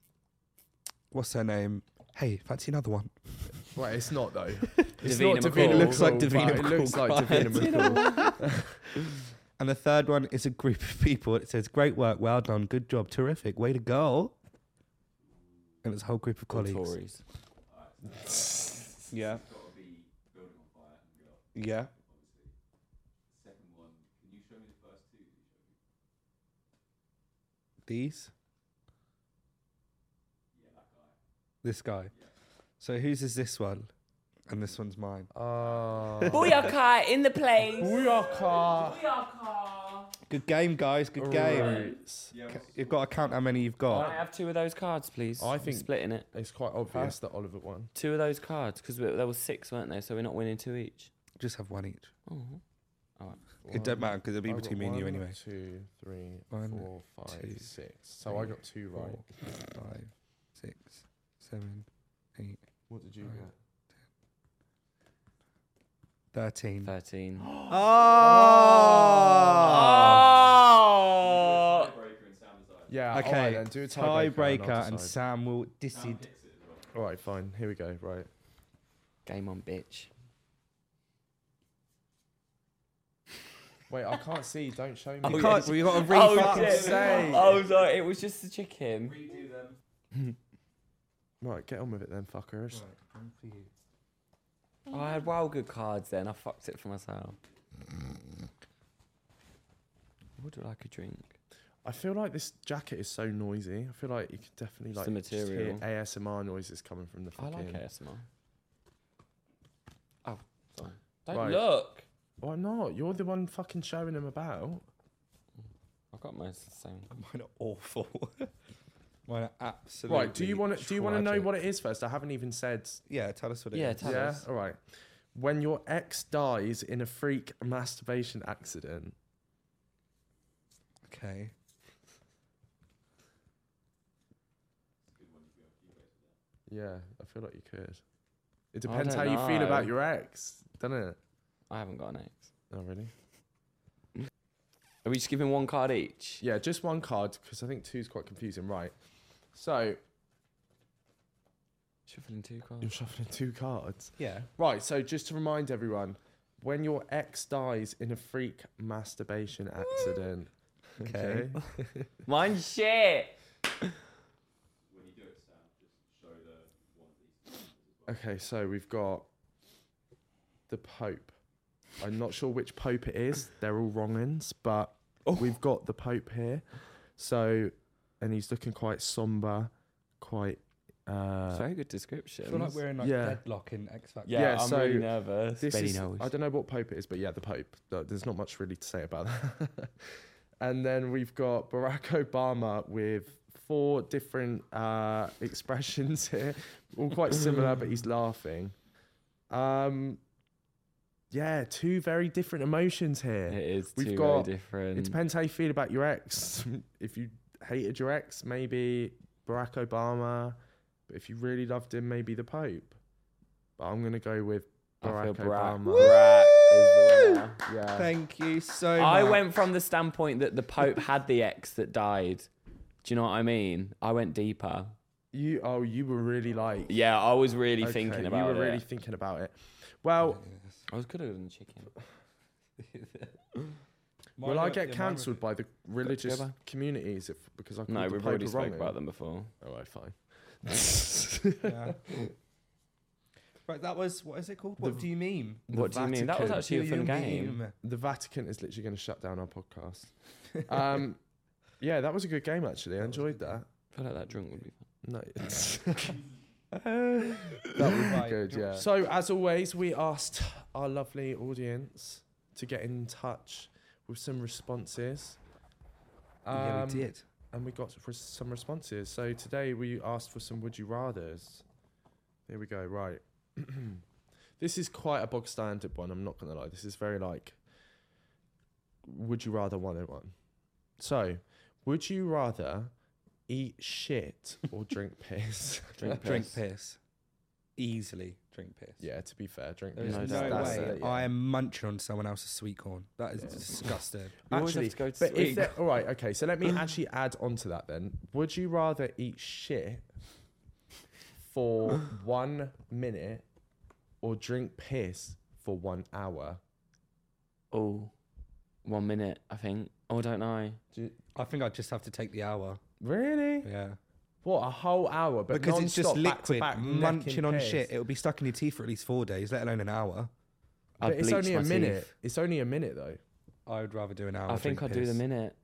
S2: what's her name? Hey, fancy another one?
S1: Wait, it's not though. It's
S3: Davina
S1: not Davina
S3: McCall. It
S2: looks like
S1: McCall,
S2: Davina
S1: but It looks
S2: McCall
S1: like Davina McCall.
S2: And the third one is a group of people. It says, "Great work, well done, good job, terrific, way to go." And it's a whole group of
S3: All
S2: colleagues.
S3: Tories.
S2: Yeah. Yeah. These. This guy. So whose is this one? And this one's mine.
S1: Oh.
S2: Ah.
S3: Booyaka in the place.
S1: Booyaka.
S3: Booyaka.
S2: Good game, guys. Good game.
S1: Right.
S2: Ca- You've got to count how many you've
S3: Can I
S2: got.
S3: have two of those cards, please?
S1: I
S3: I'm
S1: think-
S3: splitting it.
S1: It's quite obvious that Oliver won.
S3: Two of those cards, because there were six, weren't there? So we're not winning two each.
S2: Just have one each.
S3: Oh. Alright.
S2: It don't matter because it'll be
S1: I've
S2: between
S1: got
S2: me and you
S1: one,
S2: anyway.
S1: Two, three,
S2: One,
S1: four, five,
S2: two,
S1: six. So I got two right.
S2: Four, five, six, seven, eight,
S1: What did you
S2: Right.
S1: get?
S2: thirteen.
S3: 13.
S2: Oh!
S3: Oh!
S4: Tiebreaker and Sam decides.
S1: Yeah. Okay.
S2: Okay,
S1: then do a tiebreaker.
S2: Tiebreaker,
S1: I'll
S2: and
S1: decide.
S2: Sam will
S4: Sam
S2: decide.
S4: picks it as well.
S1: All right. Fine. Here we go. Right.
S3: Game on, bitch.
S1: Wait. I can't see. Don't show me.
S3: Oh,
S2: You
S3: yeah.
S2: can't. We got to
S3: Oh,
S2: read
S1: fuck's
S3: shit.
S1: sake.
S3: Oh, no, it was just the chicken.
S4: Redo them.
S1: Right. Get on with it then, fuckers.
S3: Oh, I had wild good cards then. I fucked it for myself. Mm-hmm. Would like a drink.
S1: I feel like this jacket is so noisy. I feel like you could definitely
S3: It's
S1: like
S3: the
S1: just hear
S3: material.
S1: ASMR noises coming from the
S3: I
S1: fucking.
S3: like ASMR. Oh, sorry. Don't
S1: Don't Right.
S3: look.
S1: Why not? You're the one fucking showing them about.
S3: I've got most of the same.
S2: Mine are awful. Mine are absolutely.
S1: Right. Do you want to? Do you want to know
S2: tragic.
S1: what it is first? I haven't even said
S2: Yeah, tell us what it is.
S3: Yeah, tell
S1: yeah,
S3: us.
S1: all right. When your ex dies in a freak masturbation accident,
S2: Okay.
S1: yeah, I feel like you could. It
S3: I
S1: depends how
S3: don't
S1: you feel about
S3: know.
S1: your ex, doesn't it?
S3: I haven't got an X.
S1: Oh, really?
S3: Are we just giving one card each?
S1: Yeah, just one card because I think two's quite confusing, right? So
S3: Oh. Shuffling two
S1: you're
S3: cards.
S1: shuffling two cards,
S2: Yeah.
S1: right? So just to remind everyone, when your ex dies in a freak masturbation accident,
S2: Okay.
S3: Mine shit.
S4: When you do it, Sam, just show the one of these.
S1: Okay, so we've got the Pope. I'm not sure which Pope it is. They're all wrong ends, but we've got the Pope here. So, and he's looking quite somber, quite. Uh,
S3: It's very good
S2: I
S3: description.
S2: feel like we're in like
S1: Yeah.
S2: deadlock in X Factor.
S3: yeah,
S1: yeah,
S3: I'm
S1: so
S3: really nervous.
S1: this
S3: Betty
S1: is,
S3: knows.
S1: I don't know what Pope it is, but yeah, the Pope. Th- There's not much really to say about that. and then we've got Barack Obama with four different uh, expressions here, all quite similar, but he's laughing. Um, yeah, two very different emotions here.
S3: It is
S1: We've
S3: two
S1: got-
S3: very different.
S1: It depends how you feel about your ex. if you hated your ex, maybe Barack Obama. But if you really loved him, maybe the Pope. But I'm gonna go with
S3: I
S1: Barack
S3: feel Barack,
S1: Obama.
S3: Barack is the winner.
S1: yeah.
S2: Thank you so much.
S3: I went from the standpoint that the Pope had the ex that died. Do you know what I mean? I went deeper.
S1: You oh, you were really like
S3: Yeah, I was really
S1: okay,
S3: thinking about
S1: You were
S3: it.
S1: really thinking about it. Well,
S3: I was good at the chicken.
S1: will I get cancelled by the religious
S3: Go back.
S1: communities if because I called
S3: No,
S1: the
S3: we've
S1: Pope
S3: already
S1: a
S3: spoke
S1: wrong?
S3: about oh, them before.
S1: All right, fine.
S2: Yeah. right, that was what is it called? What
S1: The-
S2: do you mean?
S1: The
S3: what do you mean? That was
S1: Vatican.
S3: actually a
S2: Do
S3: fun
S2: you
S3: game.
S2: mean?
S1: the Vatican is literally going to shut down our podcast. Um, yeah, that was a good game actually. I
S2: That was a
S1: enjoyed
S2: good
S1: that.
S2: game.
S3: I feel like that drunk would be fun.
S1: No.
S2: That would
S1: Right. So as always, we asked our lovely audience to get in touch with some responses.
S2: yeah, we
S1: Um,
S2: did.
S1: And we got res- some responses. So today we asked for some would you rather's. Here we go. Right. this is quite a bog standard one. I'm not gonna lie. This is very like would you rather 101. So would you rather eat shit or drink piss?
S3: Drink
S2: Drink
S3: piss.
S2: piss. Easily drink piss.
S1: Yeah, to be fair, drink
S2: There is
S1: piss.
S3: No
S2: no,
S3: doubt. That's
S2: way
S3: it,
S1: yeah.
S2: I am munching on someone else's sweet corn. That is
S1: Yeah.
S2: disgusting.
S3: We always
S1: Actually,
S3: have to go to
S1: But if
S3: Sweden.
S1: they're- all right, okay. So let me actually add on to that then. Would you rather eat shit for one minute or drink piss for one hour?
S3: Oh, one minute, I think. Oh, I don't know.
S2: I think I'd just have to take the hour.
S1: Really?
S2: Yeah.
S1: What a whole hour? But
S2: because it's just
S1: non-stop, back to
S2: liquid
S1: back, necking
S2: munching on
S1: piss.
S2: shit. It'll be stuck in your teeth for at least four days, let alone an hour.
S3: I'd
S1: But it's
S3: bleach
S1: only a
S3: my
S1: minute.
S3: teeth.
S1: It's only a minute though.
S2: I would rather do an hour.
S3: I think I'd
S2: drink
S3: do the
S2: piss.
S3: minute.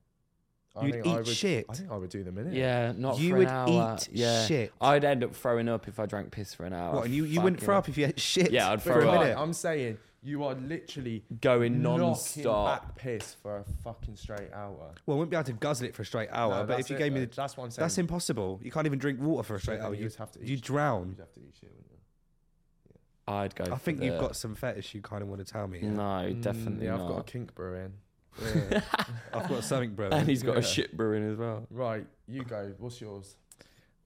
S1: I
S2: You'd
S1: think I
S2: eat
S1: would,
S2: shit.
S1: I think I would do the minute.
S3: Yeah, not
S2: you
S3: for
S2: would
S3: an hour.
S2: eat
S3: yeah.
S2: shit.
S3: I'd end up throwing up if I drank piss for an hour.
S2: What? And you, you wouldn't
S3: Fucking
S2: throw up if you ate shit.
S3: Yeah, I'd
S1: But
S2: for
S3: throw
S2: a
S3: up.
S1: right,
S2: minute.
S1: I'm saying you are literally
S3: Going
S1: knocking
S3: non-stop.
S1: back piss for a fucking straight hour.
S2: Well, I wouldn't be able to guzzle it for a straight hour.
S1: No,
S2: but
S1: that's
S2: if you
S1: it,
S2: gave me
S1: though.
S2: the,
S1: that's what I'm saying.
S2: that's impossible. Oh, You can't even drink water for a straight
S1: Yeah,
S2: hour.
S1: you
S2: You
S1: just have to eat
S2: you
S1: shit.
S2: drown.
S1: You'd have to eat shit, wouldn't you?
S3: I I'd go.
S2: I
S3: for
S2: think you've
S3: the-
S2: got some fetish you kind of want to tell me. yeah?
S3: No,
S1: Mm,
S3: definitely
S1: yeah,
S3: not.
S1: I've got a kink brewing.
S2: Yeah. I've got something, bro.
S3: and he's got a
S1: Yeah.
S3: shit brewing as well.
S1: Right, you go. What's yours?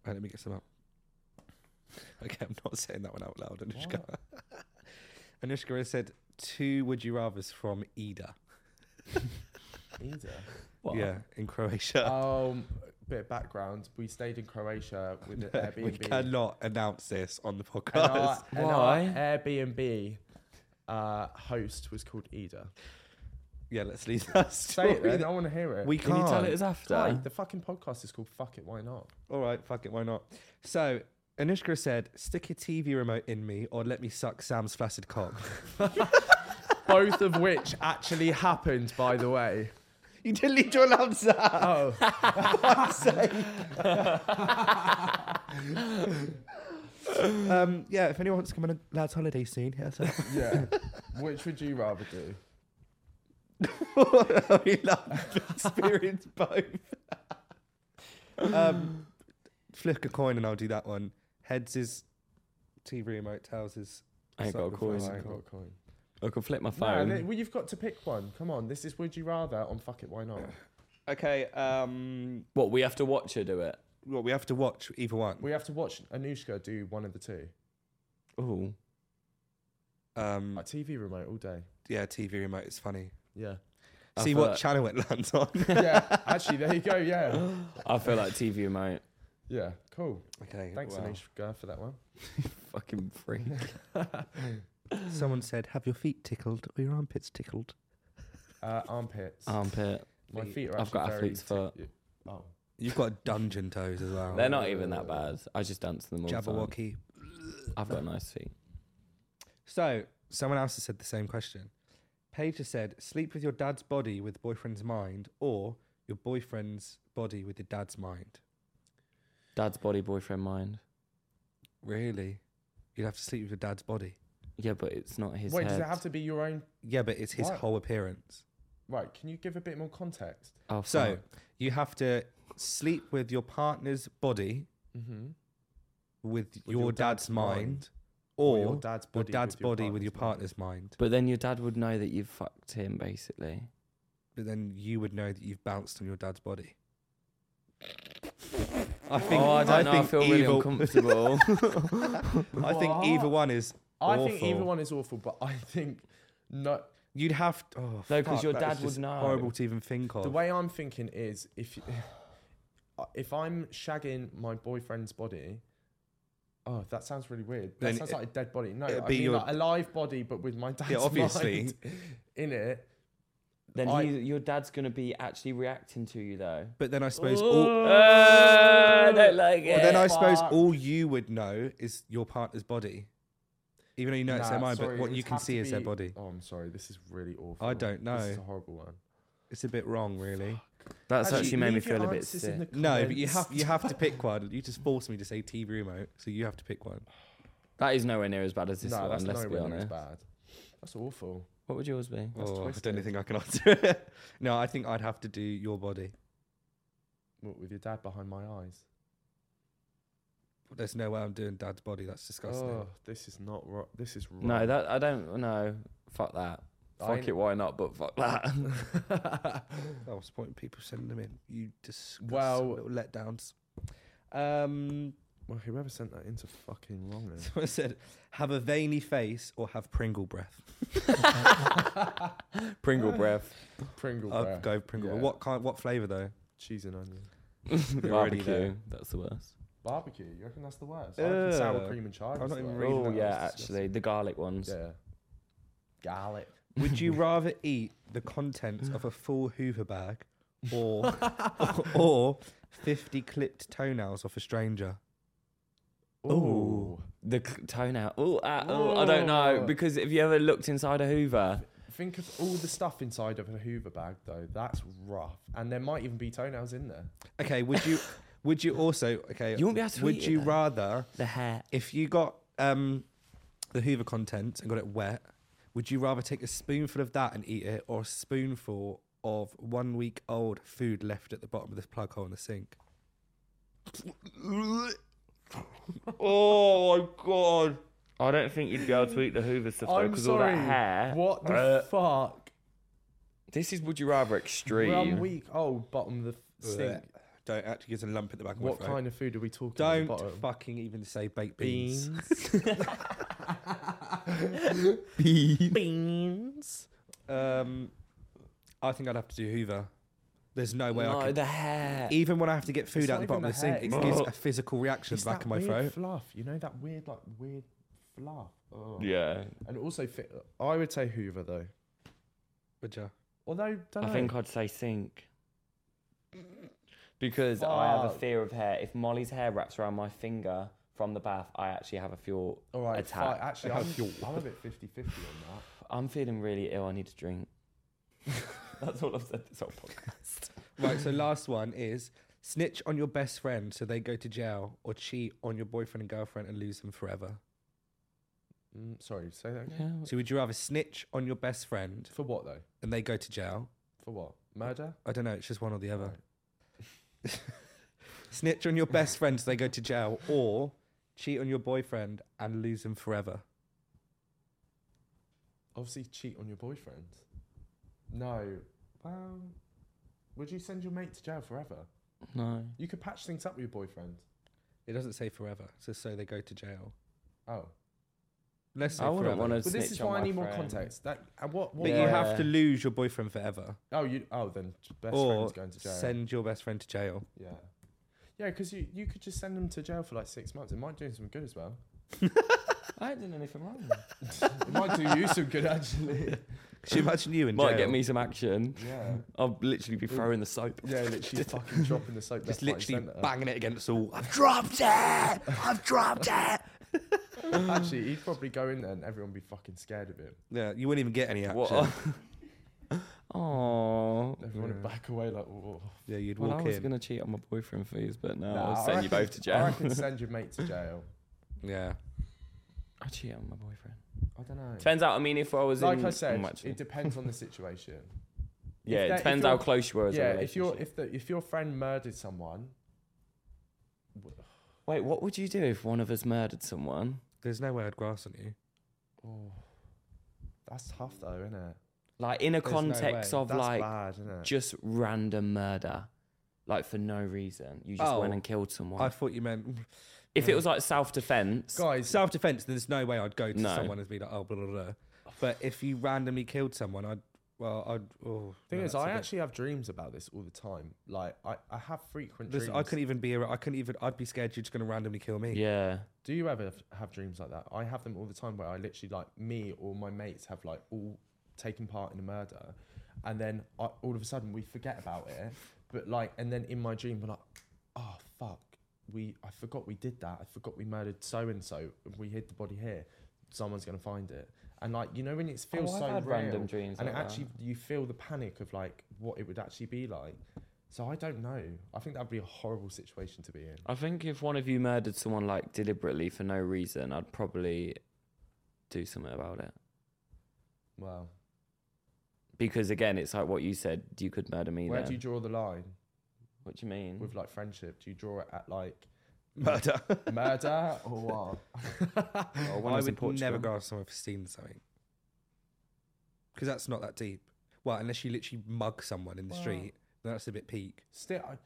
S2: Right, let me get some up. Okay, I'm not saying that one out loud, Anushka. Anushka has said two would you rather's from Ida.
S1: Either.
S3: What?
S2: Yeah, in Croatia.
S1: Um, bit of background. We stayed in Croatia with the Airbnb.
S2: we cannot announce this on the
S1: and our,
S2: podcast.
S1: and our
S3: Why?
S1: Airbnb uh, host was called Ida.
S2: yeah, let's leave that
S1: Say it
S2: story.
S1: then. I want to hear it.
S2: We
S3: Can
S2: can't.
S3: you tell it was after?
S1: Why? The fucking podcast is called Fuck It, Why Not?
S2: All right, fuck it, why not? So, Anushka said, stick a TV remote in me or let me suck Sam's flaccid cock.
S1: Both of which actually happened, by the way.
S2: you didn't need to announce that.
S1: Oh,
S2: Um, yeah, if anyone wants to come on a lad's holiday soon, hit us up.
S1: yeah. Which would you rather do?
S2: we love to experience both. um, flick a coin and I'll do that one. Heads is TV remote, tails is.
S3: I ain't got a coin.
S2: sacrifice.
S1: Got a coin.
S3: I can flip my
S1: No,
S3: phone.
S1: no, well, you've got to pick one. Come on, this is Would You Rather on Fuck It, Why Not?
S2: Okay, um,
S3: what we have to watch her do it.
S2: well, we have to watch either one.
S1: We have to watch Anushka do one of the two.
S3: Ooh,
S2: Um,
S1: Like TV remote all day.
S2: yeah, TV remote is funny.
S1: Yeah.
S3: I
S2: See
S3: feel
S2: what
S3: like-
S2: channel it lands on.
S1: yeah, actually, there you go. Yeah.
S3: I feel like TV mate.
S1: Yeah, cool.
S2: okay,
S1: Thanks,
S2: wow.
S1: Anushka, for that one.
S3: Fucking freak.
S2: Someone said, "Have your feet tickled or your armpits tickled?"
S1: Uh, armpits.
S3: Armpit.
S1: My feet are
S3: I've
S1: actually
S3: got
S1: very
S3: athlete's foot.
S1: tick- Oh.
S2: You've got dungeon toes as well.
S3: They're not even that bad. I just dance to them all the time.
S2: oh, Jabberwocky.
S3: I've got nice feet.
S2: So someone else has said the same question. Paige has said, "Sleep with your dad's body with boyfriend's mind, or your boyfriend's body with your dad's mind."
S3: Dad's body, boyfriend, mind.
S2: Really? You'd have to sleep with your dad's body.
S3: Yeah, but it's not his
S1: Wait,
S3: head.
S1: does it have to be your own?
S2: Yeah, but it's his
S1: What?
S2: whole appearance.
S1: Right, can you give a bit more context?
S3: oh,
S2: So
S3: fuck.
S2: you have to sleep with your partner's body
S1: Mm-hmm.
S2: with,
S1: your
S2: your, dad's,
S1: dad's
S2: mind,
S1: mind,
S2: or
S1: your dad's
S2: your
S1: body,
S2: dad's
S1: with your
S2: body with your
S1: partner's
S2: partner's mind.
S3: But then your dad would know that you've fucked him, basically.
S2: but then you would know that you've bounced on your dad's body. I think.
S3: oh, I don't know. I
S2: think
S3: feel
S2: either,
S3: really uncomfortable.
S2: I think either one is.
S1: I think either
S2: Awful.
S1: one is awful, but I think no.
S2: You'd have to. Oh,
S3: No, 'cause
S2: fuck,
S3: your
S2: that is
S3: dad
S2: just
S3: would know.
S2: Horrible to even think of.
S1: The way I'm thinking is if if I'm shagging my boyfriend's body. Oh, that sounds really weird. That
S2: Then
S1: sounds
S2: it-
S1: like a dead body. No,
S2: it'd
S1: I
S2: be
S1: mean
S2: your-
S1: like a live body, but with my dad's
S2: yeah, obviously.
S1: mind in it.
S3: then
S1: I-
S3: he, your dad's going to be actually reacting to you, though.
S2: But then I suppose all.
S3: Uh, don't like
S1: Well,
S2: But then
S3: it.
S2: I suppose
S1: fuck.
S2: all you would know is your partner's body, even though you know it's their
S1: Nah,
S2: mind.
S1: sorry,
S2: but what
S1: it'd
S2: you can
S1: have to
S2: see is their
S1: be-
S2: body.
S1: Oh, I'm sorry. This is really awful.
S2: I don't
S1: This is
S2: know.
S1: a horrible one.
S2: It's a bit wrong, really.
S3: That's actually, made me
S1: leave your
S3: feel a bit
S1: answers in
S3: sick.
S1: the
S2: No, but you have
S1: comments.
S2: you have to pick one. You just forced me to say TV remote, so you have to pick one.
S3: That is nowhere near as bad as this
S1: no,
S3: one,
S1: that's
S3: let's be
S1: nowhere near as
S3: honest.
S1: bad. That's awful.
S3: What would yours be?
S1: That's
S2: oh, I
S1: twisted.
S2: don't think I can answer it. no, I think I'd have to do your body.
S1: What, with your dad behind my eyes.
S2: There's no way I'm doing dad's body. That's disgusting.
S1: Oh, this is not right. This is wrong.
S3: No, that I don't know. Fuck that.
S1: I
S3: Fuck
S1: ain't-
S3: it, why not? But fuck that.
S2: I was pointing people sending them in. You disgusting
S1: Well-
S2: little letdowns. Um,
S1: Well, whoever sent that into fucking wrong. then.
S2: someone said, have a veiny face or have Pringle breath.
S3: Pringle breath.
S1: Pringle
S2: I'd
S1: breath.
S2: go Pringle.
S1: Yeah.
S2: What kind? What flavour though?
S1: Cheese and onion.
S2: already
S3: Barbecue.
S2: there.
S3: That's the worst.
S1: Barbecue. You reckon that's the worst? I reckon sour
S2: Ugh.
S1: cream and chives.
S2: I'm
S1: is
S2: not
S1: the
S2: even
S1: worst.
S2: reading
S3: Oh
S2: that,
S3: yeah,
S2: that's
S3: actually the garlic ones.
S1: Yeah. Garlic.
S2: Would you rather eat the contents of a full Hoover bag, or or fifty clipped toenails off a stranger?
S1: Ooh.
S3: The c- toenail. Oh, ah, oh, I don't know
S1: Ooh.
S3: because if you ever looked inside a Hoover,
S1: Think of all the stuff inside of a Hoover bag, though. That's rough. And there might even be toenails in there.
S2: Okay. Would you? would you also? Okay.
S3: You won't be able to
S2: Would
S3: eat it
S2: you
S3: then.
S2: rather?
S3: the hair.
S2: if you got um, the Hoover contents and got it wet, would you rather take a spoonful of that and eat it, or a spoonful of one week old food left at the bottom of the plug hole in the sink?
S3: Oh my god.
S5: I don't think you'd be able to eat the Hoover stuff though,
S1: I'm
S5: because all that
S1: sorry.
S5: hair.
S1: What the
S5: Uh,
S1: fuck?
S3: This is would you rather extreme.
S1: Well, I'm week old, bottom of the f-
S2: Blech.
S1: sink.
S2: Don't actually gives a lump at the back of
S1: What
S2: my throat.
S1: kind of food are we talking
S2: Don't
S1: about? Bottom?
S2: fucking even say baked beans.
S1: beans.
S2: Beans.
S1: beans.
S2: um, I think I'd have to do Hoover. There's no way
S3: no,
S2: I could.
S3: the hair.
S2: Even when I have to get food
S1: It's
S2: out
S1: not
S2: the
S1: even
S2: bottom of
S1: the
S2: the sink,
S1: hair,
S2: it
S1: it's-
S2: gives a physical reaction at
S1: It's
S2: the back
S1: that
S2: of my
S1: weird
S2: throat.
S1: fluff. You know that weird, like weird fluff. Oh.
S5: Yeah.
S1: And also, fi- I would say Hoover though.
S2: Would ya?
S1: Although, don't
S5: I
S1: know.
S5: think I'd say sink.
S3: Because I have a
S1: Fuck.
S3: fear of hair. If Molly's hair wraps around my finger from the bath, I actually have a feel.
S1: All right,
S3: attack.
S1: fine. actually,
S2: Attack
S1: I'm,
S2: your-
S1: I'm a bit 50 50 on
S3: I'm feeling really ill. I need a drink. That's all I've said this whole podcast.
S2: Right, so last one is snitch on your best friend so they go to jail or cheat on your boyfriend and girlfriend and lose them forever.
S1: that. Mm, sorry, say that again.
S3: Yeah.
S2: So would you rather snitch on your best friend
S1: For what though?
S2: and they go to jail?
S1: For what? Murder?
S2: I don't know, it's just one or the other. snitch on your best friend so they go to jail or cheat on your boyfriend and lose them forever.
S1: Obviously, cheat on your boyfriend. No. Well, would you send your mate to jail forever?
S3: No.
S1: You could patch things up with your boyfriend.
S2: It doesn't say forever, it says so they go to jail.
S1: Oh,
S2: Let's say
S3: I wouldn't
S2: forever.
S3: want to.
S1: but this is why I need more context. That and what?
S2: But
S1: what
S2: you have
S3: Yeah.
S2: to lose your boyfriend forever
S1: oh, you oh then best
S2: or
S1: friend's going to jail.
S2: send your best friend to jail.
S1: yeah, yeah, because you you could just send them to jail for like six months. It might do them some good as well.
S3: I ain't done anything wrong.
S1: It might do you some good actually.
S2: Could you imagine you in jail?
S3: Might get me some action.
S1: Yeah,
S3: I'll literally be throwing the soap.
S1: yeah, literally fucking dropping the soap.
S2: just
S1: left, right, and
S2: literally
S1: centre.
S2: banging it uh, against the wall. I've dropped it. I've dropped it.
S1: Actually, he'd probably go in there and everyone would be fucking scared of him.
S2: Yeah, you wouldn't even get any action.
S3: What? Oh.
S1: Everyone would
S2: Yeah.
S1: back away like, whoa.
S2: Yeah, you'd
S3: Well, I
S2: walk
S3: was
S2: in.
S3: gonna cheat on my boyfriend for yous, but no,
S1: Nah,
S3: I'll
S1: I
S3: send you
S1: reckon-
S3: both to
S1: I
S3: jail.
S1: reckon send your mate to jail.
S2: Yeah,
S3: I cheat on my boyfriend.
S1: I don't know.
S3: Depends out. I mean, if I was
S1: like
S3: in,
S1: I said,
S3: Mm, actually.
S1: it depends on the situation.
S3: yeah,
S1: if
S3: it
S1: that- if
S3: depends how
S1: you're-
S3: close you were. As
S1: yeah,
S3: a
S1: if your
S3: relationship.
S1: if the if your friend murdered someone, w-
S3: wait, what would you do if one of us murdered someone?
S2: there's no way I'd grass on you.
S1: oh, that's tough though, isn't it?
S3: Like in a
S2: There's no
S3: context
S2: way.
S3: of
S1: that's
S3: like
S1: bad, isn't it?
S3: just random murder, like for no reason. You just
S2: Oh.
S3: went and killed someone.
S2: I thought you meant
S3: if it was like self defense,
S1: Guys,
S2: self-defense. There's no way I'd go to
S3: No.
S2: someone and be like, oh, blah blah blah. But if you randomly killed someone, I'd well, I'd. Oh,
S1: thing
S2: no,
S1: is,
S2: that's a
S1: I
S2: bit-
S1: actually have dreams about this all the time. Like, I, I have frequent
S2: This-
S1: dreams.
S2: I couldn't even be. ar- I couldn't even. I'd be scared you're just gonna randomly kill me.
S3: yeah,
S2: e-
S1: Do you ever f- have dreams like that? I have them all the time where I literally like me or my mates have like all taken part in a murder, and then I, all of a sudden we forget about it. But like, and then in my dream we're like, oh fuck, we I forgot we did that. I forgot we murdered so and so. We hid the body here. Someone's gonna find it. And like you know when it feels
S3: Oh, I've
S1: so
S3: had
S1: real,
S3: random dreams
S1: and
S3: like
S1: it
S3: that.
S1: actually you feel the panic of like what it would actually be like. So I don't know. I think that'd be a horrible situation to be in.
S3: I think if one of you murdered someone like deliberately for no reason, I'd probably do something about it.
S1: Well,
S3: Because again, it's like what you said. You could murder me.
S1: where
S3: then.
S1: do you draw the line?
S3: What do you mean?
S1: with like friendship? Do you draw it at like
S2: Murder.
S1: murder or what?
S3: Oh, when
S2: I
S3: was in
S2: would never
S3: Portugal.
S2: go after someone for stealing something. Because that's not that deep. Well, unless you literally mug someone in the
S1: Well-
S2: street, then that's a bit peak.
S1: Still, I,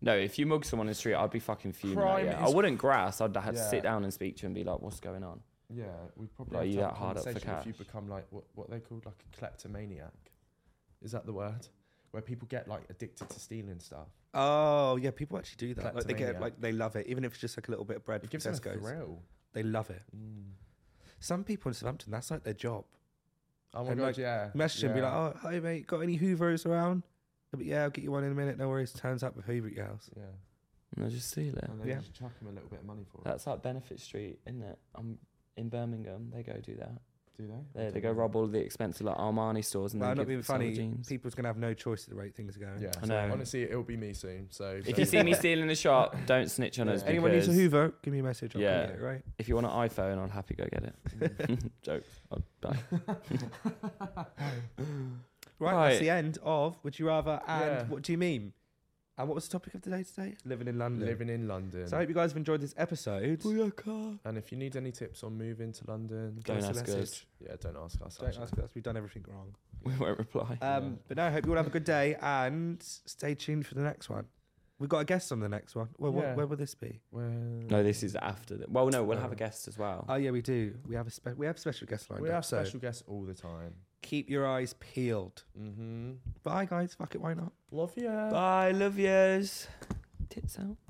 S3: No, if you mug someone in the street, I'd be fucking fuming. at
S1: Crime
S3: you. I
S1: is-
S3: wouldn't grass. I'd have to
S1: Yeah.
S3: sit down and speak to you and be like, "What's going on?"
S1: yeah, we probably
S3: Like,
S1: have
S3: you
S1: to have
S3: that
S1: a
S3: hard up for
S1: conversation if you
S3: cash?
S1: become like what what they call like a kleptomaniac. Is that the word? Where people get like addicted to stealing stuff.
S2: Oh yeah, people actually do that. Like they get
S1: Kleptomania.
S2: like they love it, even if it's just like a little bit of bread
S1: It
S2: from
S1: gives them a
S2: Tesco's.
S1: thrill.
S2: They love it.
S1: Mm.
S2: Some people in Southampton, that's like their job.
S1: Oh my
S2: And,
S1: god,
S2: like,
S1: yeah.
S2: Message them, be
S1: yeah.
S2: like, "Oh, hi mate, got any Hoovers around?" They'll be, yeah, I'll get you one in a minute. No worries. Turns up with Hoover at your house.
S1: yeah,
S3: And I just steal it.
S1: and then
S2: Yeah.
S1: you just chuck them a little bit of money for it.
S3: That's like Benefit Street, isn't it? I'm in Birmingham. They go do that.
S1: Do they?
S3: They, they go rob all the expensive like Armani stores and
S2: Well,
S3: then
S2: not
S3: give
S2: being
S3: sell the
S2: funny,
S3: jeans.
S2: people's gonna have no choice at the rate things are going.
S1: Yeah.
S3: I
S1: so
S3: know.
S1: honestly, it'll be me soon. So
S3: If you see me stealing a shop, don't snitch on
S1: Yeah.
S3: us.
S2: Anyone needs a
S3: because
S2: Hoover? Give me a message. I'll yeah.
S3: Yeah.
S2: Get it, right.
S3: If you want an iPhone, I'll happy go get it. Jokes. I'll die.
S2: Right, that's
S3: Right.
S2: the end of Would You Rather and
S1: Yeah.
S2: What Do You Mean? And what was the topic of the day today? Living in London.
S1: Living in London.
S2: So I hope you guys have enjoyed this episode.
S1: and if you need any tips on moving to London,
S2: Give us
S3: Don't
S2: a
S3: ask us.
S2: message.
S1: yeah, don't ask us.
S2: Don't
S1: actually.
S2: ask us. We've done everything wrong.
S3: We won't reply.
S2: Um, But no, I hope you all have a good day and stay tuned for the next one. We've got a guest on the next one. Well,
S1: Yeah.
S2: wh- where will this be?
S1: Well,
S3: no, this is after. The, well, no, we'll have
S1: Oh.
S3: a guest as well.
S2: Oh yeah, we do. We have a spe- we have special guest lined
S1: we
S2: up.
S1: have
S2: so
S1: special guests all the time.
S2: keep your eyes peeled.
S1: Mm-hmm.
S2: Bye guys. Fuck it. Why not?
S1: Love you.
S5: Bye, love yous.
S3: Tits out.